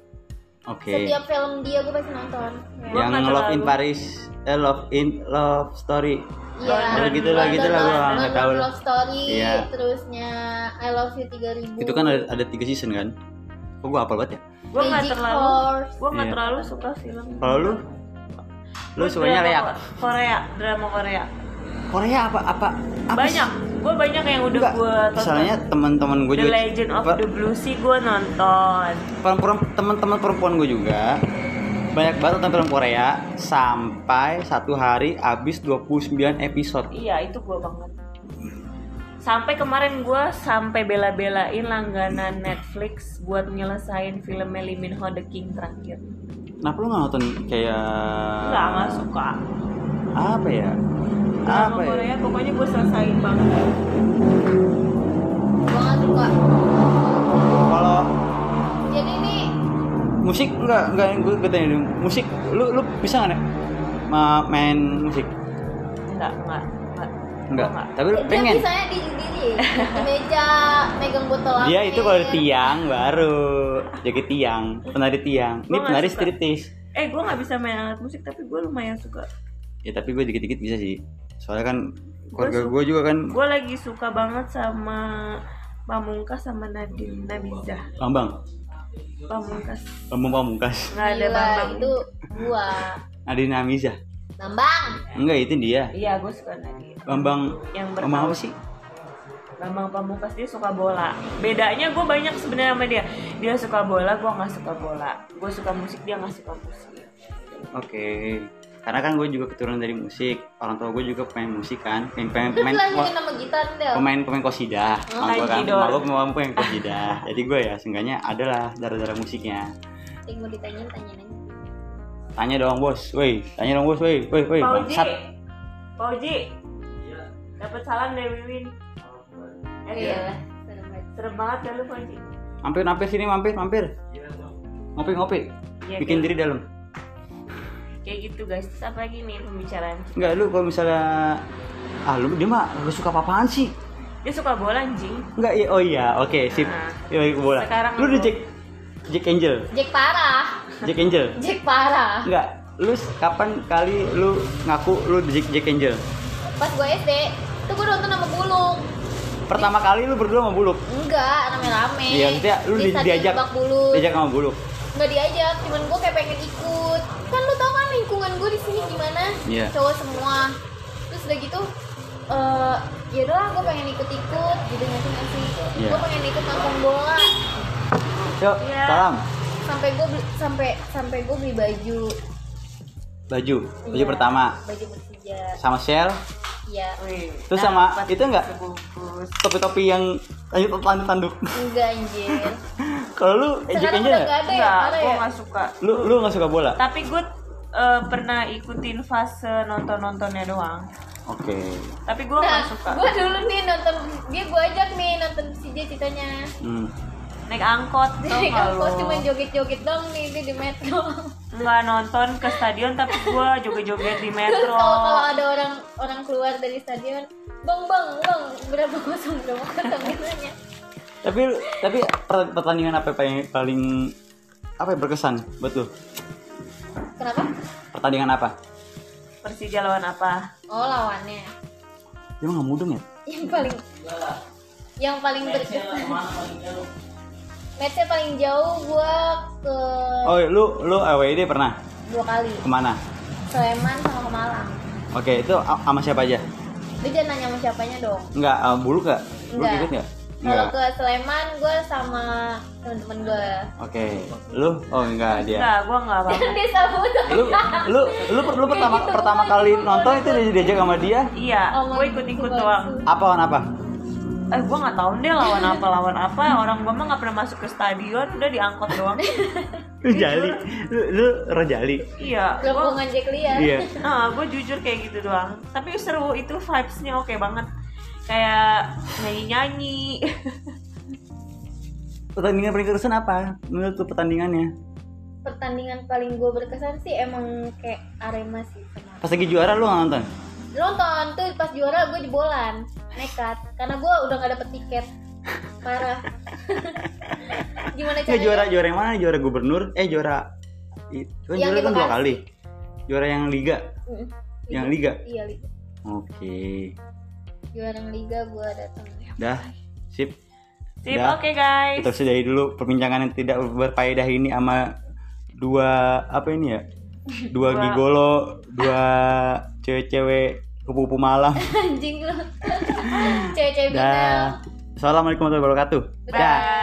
Speaker 1: oke
Speaker 2: setiap film dia gue pasti nonton
Speaker 3: Gua
Speaker 1: yang
Speaker 3: nggak
Speaker 1: love in
Speaker 3: terlalu.
Speaker 1: Paris eh love in love story
Speaker 2: iya
Speaker 1: Oh, gitu lah gitu lah gua
Speaker 2: London
Speaker 1: nggak tahu
Speaker 2: Love,
Speaker 1: lah.
Speaker 2: Love Story
Speaker 1: Iya.
Speaker 2: terusnya I Love You 3000
Speaker 1: itu kan ada, ada tiga season kan kok gua apal banget ya
Speaker 3: gue nggak
Speaker 2: Magic
Speaker 3: terlalu
Speaker 2: Horse.
Speaker 3: gue nggak
Speaker 1: Iya.
Speaker 3: terlalu suka film
Speaker 1: kalau lu lu
Speaker 3: Gua
Speaker 1: sukanya
Speaker 3: drama
Speaker 1: leak
Speaker 3: Ko- Korea drama Korea
Speaker 1: Korea apa apa, apa
Speaker 3: banyak gue banyak yang udah gue tonton
Speaker 1: misalnya teman-teman gue
Speaker 3: The
Speaker 1: juga
Speaker 3: Legend of
Speaker 1: per-
Speaker 3: the Blue Sea gue nonton
Speaker 1: perempuan teman-teman perempuan gue juga banyak banget nonton film Korea sampai satu hari habis 29 episode
Speaker 3: iya itu gue banget sampai kemarin gue sampai bela-belain langganan Netflix buat nyelesain film Lee Min Ho The King terakhir
Speaker 1: kenapa lu nggak nonton kayak Ah.
Speaker 3: nggak nggak suka
Speaker 1: apa ya
Speaker 3: drama
Speaker 1: apa ya
Speaker 3: Korea pokoknya gue selesain banget
Speaker 2: gue nggak suka
Speaker 1: kalau
Speaker 2: jadi ini
Speaker 1: musik enggak enggak gue gue tanya dulu musik lu lu bisa nggak nih ma- main musik
Speaker 3: nggak nggak nggak
Speaker 1: enggak
Speaker 3: Nggak.
Speaker 1: tapi lu
Speaker 2: dia
Speaker 1: pengen
Speaker 2: bisanya di diri di meja megang botol
Speaker 1: dia
Speaker 2: angin.
Speaker 1: itu kalau di tiang baru joget tiang penari tiang ini
Speaker 3: Gua nggak
Speaker 1: penari
Speaker 3: suka.
Speaker 1: striptease
Speaker 3: eh gue nggak bisa main alat musik tapi gue lumayan suka
Speaker 1: ya tapi gue dikit-dikit bisa sih soalnya kan
Speaker 3: Gua
Speaker 1: keluarga
Speaker 3: suka.
Speaker 1: gue juga kan
Speaker 3: gue lagi suka banget sama Pamungkas sama Nadine Nabizah
Speaker 1: Bambang
Speaker 3: Pamungkas
Speaker 1: Bambang Pamungkas
Speaker 3: nggak ada
Speaker 2: Gila,
Speaker 3: Bambang
Speaker 2: itu gua
Speaker 1: Nadine Amizah
Speaker 2: Bambang
Speaker 1: enggak itu dia
Speaker 3: iya gue suka Nadine
Speaker 1: Bambang
Speaker 3: yang
Speaker 1: Bambang apa
Speaker 3: bertaut
Speaker 1: sih
Speaker 3: Bambang Pamungkas dia suka bola bedanya gue banyak sebenarnya sama dia dia suka bola gue nggak suka bola gue suka musik dia nggak suka musik
Speaker 1: oke karena kan gue juga keturunan dari musik orang tua gue juga pemain musik kan pemain pemain
Speaker 2: Terus
Speaker 1: pemain,
Speaker 2: lanjutin sama gitar Del
Speaker 1: pemain, pemain kosida
Speaker 3: Oh,
Speaker 1: gue kan
Speaker 3: idol.
Speaker 1: emak gue pemain pemain kosida jadi gue ya seenggaknya adalah darah darah musiknya
Speaker 2: Yang mau ditanyain, tanyain aja
Speaker 1: tanya dong bos woi tanya dong bos woi woi woi
Speaker 3: Pauji,
Speaker 1: bangsat
Speaker 3: Pauji, dapat salam dari Wiwin. Eh,
Speaker 2: Iya lah serem banget.
Speaker 3: Serem banget dah lu Pauji.
Speaker 1: mampir mampir sini mampir mampir ngopi ngopi
Speaker 3: Iya,
Speaker 1: bikin
Speaker 3: kayak-
Speaker 1: diri dalam
Speaker 3: Kayak gitu guys. Terus apa lagi nih pembicaraan? kita?
Speaker 1: enggak lu kalau misalnya ah lu dia mah lu suka apaan sih
Speaker 3: Dia suka bola anjing.
Speaker 1: enggak iya oh iya oke sip
Speaker 3: Nah.
Speaker 1: Iya, lagi ke bola
Speaker 3: Sekarang
Speaker 1: lu
Speaker 3: lu-
Speaker 1: udah Jack Jack Angel
Speaker 2: Jack parah
Speaker 1: Jack Angel
Speaker 2: Jack parah
Speaker 1: enggak lu s- kapan kali lu ngaku lu Jack Jack Angel
Speaker 2: Pas gue SD Itu gue nonton sama Bulung
Speaker 1: pertama kali lu berdua sama buluk
Speaker 2: Enggak, rame-rame
Speaker 1: iya maksudnya lu di-
Speaker 2: Di stadion
Speaker 1: diajak
Speaker 2: Lebak Bulus
Speaker 1: diajak sama buluk
Speaker 2: nggak diajak cuman gue kayak pengen ikut kan lu tau kan lingkungan gue di sini gimana
Speaker 1: Iya.
Speaker 2: cowok semua terus udah gitu eh ya udahlah gue pengen ikut-ikut gitu ngerti nggak sih
Speaker 1: Iya.
Speaker 2: gue pengen ikut nonton bola
Speaker 1: yuk
Speaker 3: Iya.
Speaker 1: salam
Speaker 2: sampai gue sampai sampai gue beli baju
Speaker 1: baju baju
Speaker 2: Iya,
Speaker 1: pertama
Speaker 2: baju persija
Speaker 1: sama Shell
Speaker 2: iya
Speaker 3: Wih.
Speaker 1: Terus sama
Speaker 3: pas
Speaker 1: itu enggak?
Speaker 3: sebungkus.
Speaker 1: topi-topi yang lanjut tanduk tanduk
Speaker 2: enggak anjir
Speaker 1: kalau lu eh, Jack
Speaker 2: sekarang
Speaker 1: Angel
Speaker 2: udah
Speaker 1: nggak?
Speaker 2: nggak ada ya
Speaker 3: Enggak,
Speaker 2: parah
Speaker 3: gue
Speaker 2: ya
Speaker 3: nggak suka.
Speaker 1: lu lu nggak suka bola
Speaker 3: Tapi gue eh, pernah ikutin fase nonton-nontonnya doang.
Speaker 1: oke
Speaker 3: Tapi
Speaker 1: Oh,
Speaker 3: gue
Speaker 2: nah
Speaker 3: nggak suka.
Speaker 2: gue dulu nih nonton dia gue ajak nih nonton persija ceritanya
Speaker 1: Hmm.
Speaker 3: Naik angkot
Speaker 1: Oh,
Speaker 3: tau
Speaker 2: jadi
Speaker 3: nggak
Speaker 2: kan
Speaker 3: lu?
Speaker 2: cuma joget-joget dong nih dia di metro
Speaker 3: Nggak nonton ke stadion tapi gue joget-joget di
Speaker 2: Terus
Speaker 3: metro.
Speaker 2: kalau kalau ada orang orang keluar dari stadion, bang bang bang berapa kosong berapa kosong biasanya.
Speaker 1: tapi tapi per- pertandingan apa yang paling paling apa yang berkesan buat lu?
Speaker 2: Kenapa?
Speaker 1: pertandingan apa
Speaker 3: Persija lawan apa?
Speaker 2: Oh lawannya.
Speaker 1: dia mah nggak mudeng ya
Speaker 2: Yang paling yang paling berkesan. Matchnya paling jauh gua ke
Speaker 1: oh lu lu AWD pernah
Speaker 2: dua kali
Speaker 1: kemana
Speaker 2: Sleman sama ke Malang.
Speaker 1: oke itu a- sama siapa aja
Speaker 2: Lu jangan nanya sama siapanya dong.
Speaker 1: nggak eh, bulu nggak lu
Speaker 2: Nggak.
Speaker 1: ikut nggak
Speaker 2: Kalau
Speaker 1: nggak
Speaker 2: ke Sleman gua sama temen-temen gua.
Speaker 1: oke lu oh enggak dia
Speaker 3: Enggak, gue nggak apa.
Speaker 2: Kan Dia sabut.
Speaker 1: lu lu lu, lu pertama
Speaker 2: gitu
Speaker 1: pertama
Speaker 2: doang,
Speaker 1: kali
Speaker 2: cuma
Speaker 1: nonton
Speaker 2: baru
Speaker 1: itu dia diajak sama dia
Speaker 3: Iya,
Speaker 2: Oh,
Speaker 3: gue ikut-ikut doang.
Speaker 1: apa lawan apa
Speaker 3: Eh, gue nggak tahu deh lawan apa lawan apa. Orang gue mah nggak pernah masuk ke stadion, udah diangkot doang.
Speaker 1: lu jali lu lu rojali
Speaker 3: iya, gue
Speaker 2: Rombongan Jack Lia.
Speaker 1: iya
Speaker 3: Nah, gue jujur kayak gitu doang. Tapi seru itu vibes-nya oke banget. Kayak nyanyi-nyanyi.
Speaker 1: pertandingan paling keresan apa menurut lu pertandingannya
Speaker 2: pertandingan paling gue berkesan sih emang kayak Arema sih kenapa
Speaker 1: pas lagi juara lu nggak nonton
Speaker 2: nonton tuh pas juara gue dibolan nekat karena gue udah gak dapet tiket parah gimana
Speaker 1: Nggak, juara
Speaker 2: caranya
Speaker 1: juara yang mana? Juara gubernur? Eh juara i- kan
Speaker 2: Yang
Speaker 1: juara
Speaker 2: di
Speaker 1: kan dua
Speaker 2: Bekasi.
Speaker 1: kali. Juara yang liga,
Speaker 2: Mm,
Speaker 1: yang liga.
Speaker 2: iya liga
Speaker 1: Oke.
Speaker 2: juara yang liga gue datang
Speaker 1: Dah. Sip.
Speaker 3: Sip,
Speaker 1: Dah.
Speaker 3: oke guys.
Speaker 1: Kita sudahi dulu perbincangan yang tidak berfaedah ini sama dua apa ini ya? Dua
Speaker 3: Dua-
Speaker 1: gigolo, dua cewek-cewek kupu-kupu malam.
Speaker 2: anjing lu
Speaker 1: Dah.
Speaker 2: cewek-cewek bintang
Speaker 1: Assalamualaikum warahmatullahi wabarakatuh. Dah.
Speaker 3: Bye.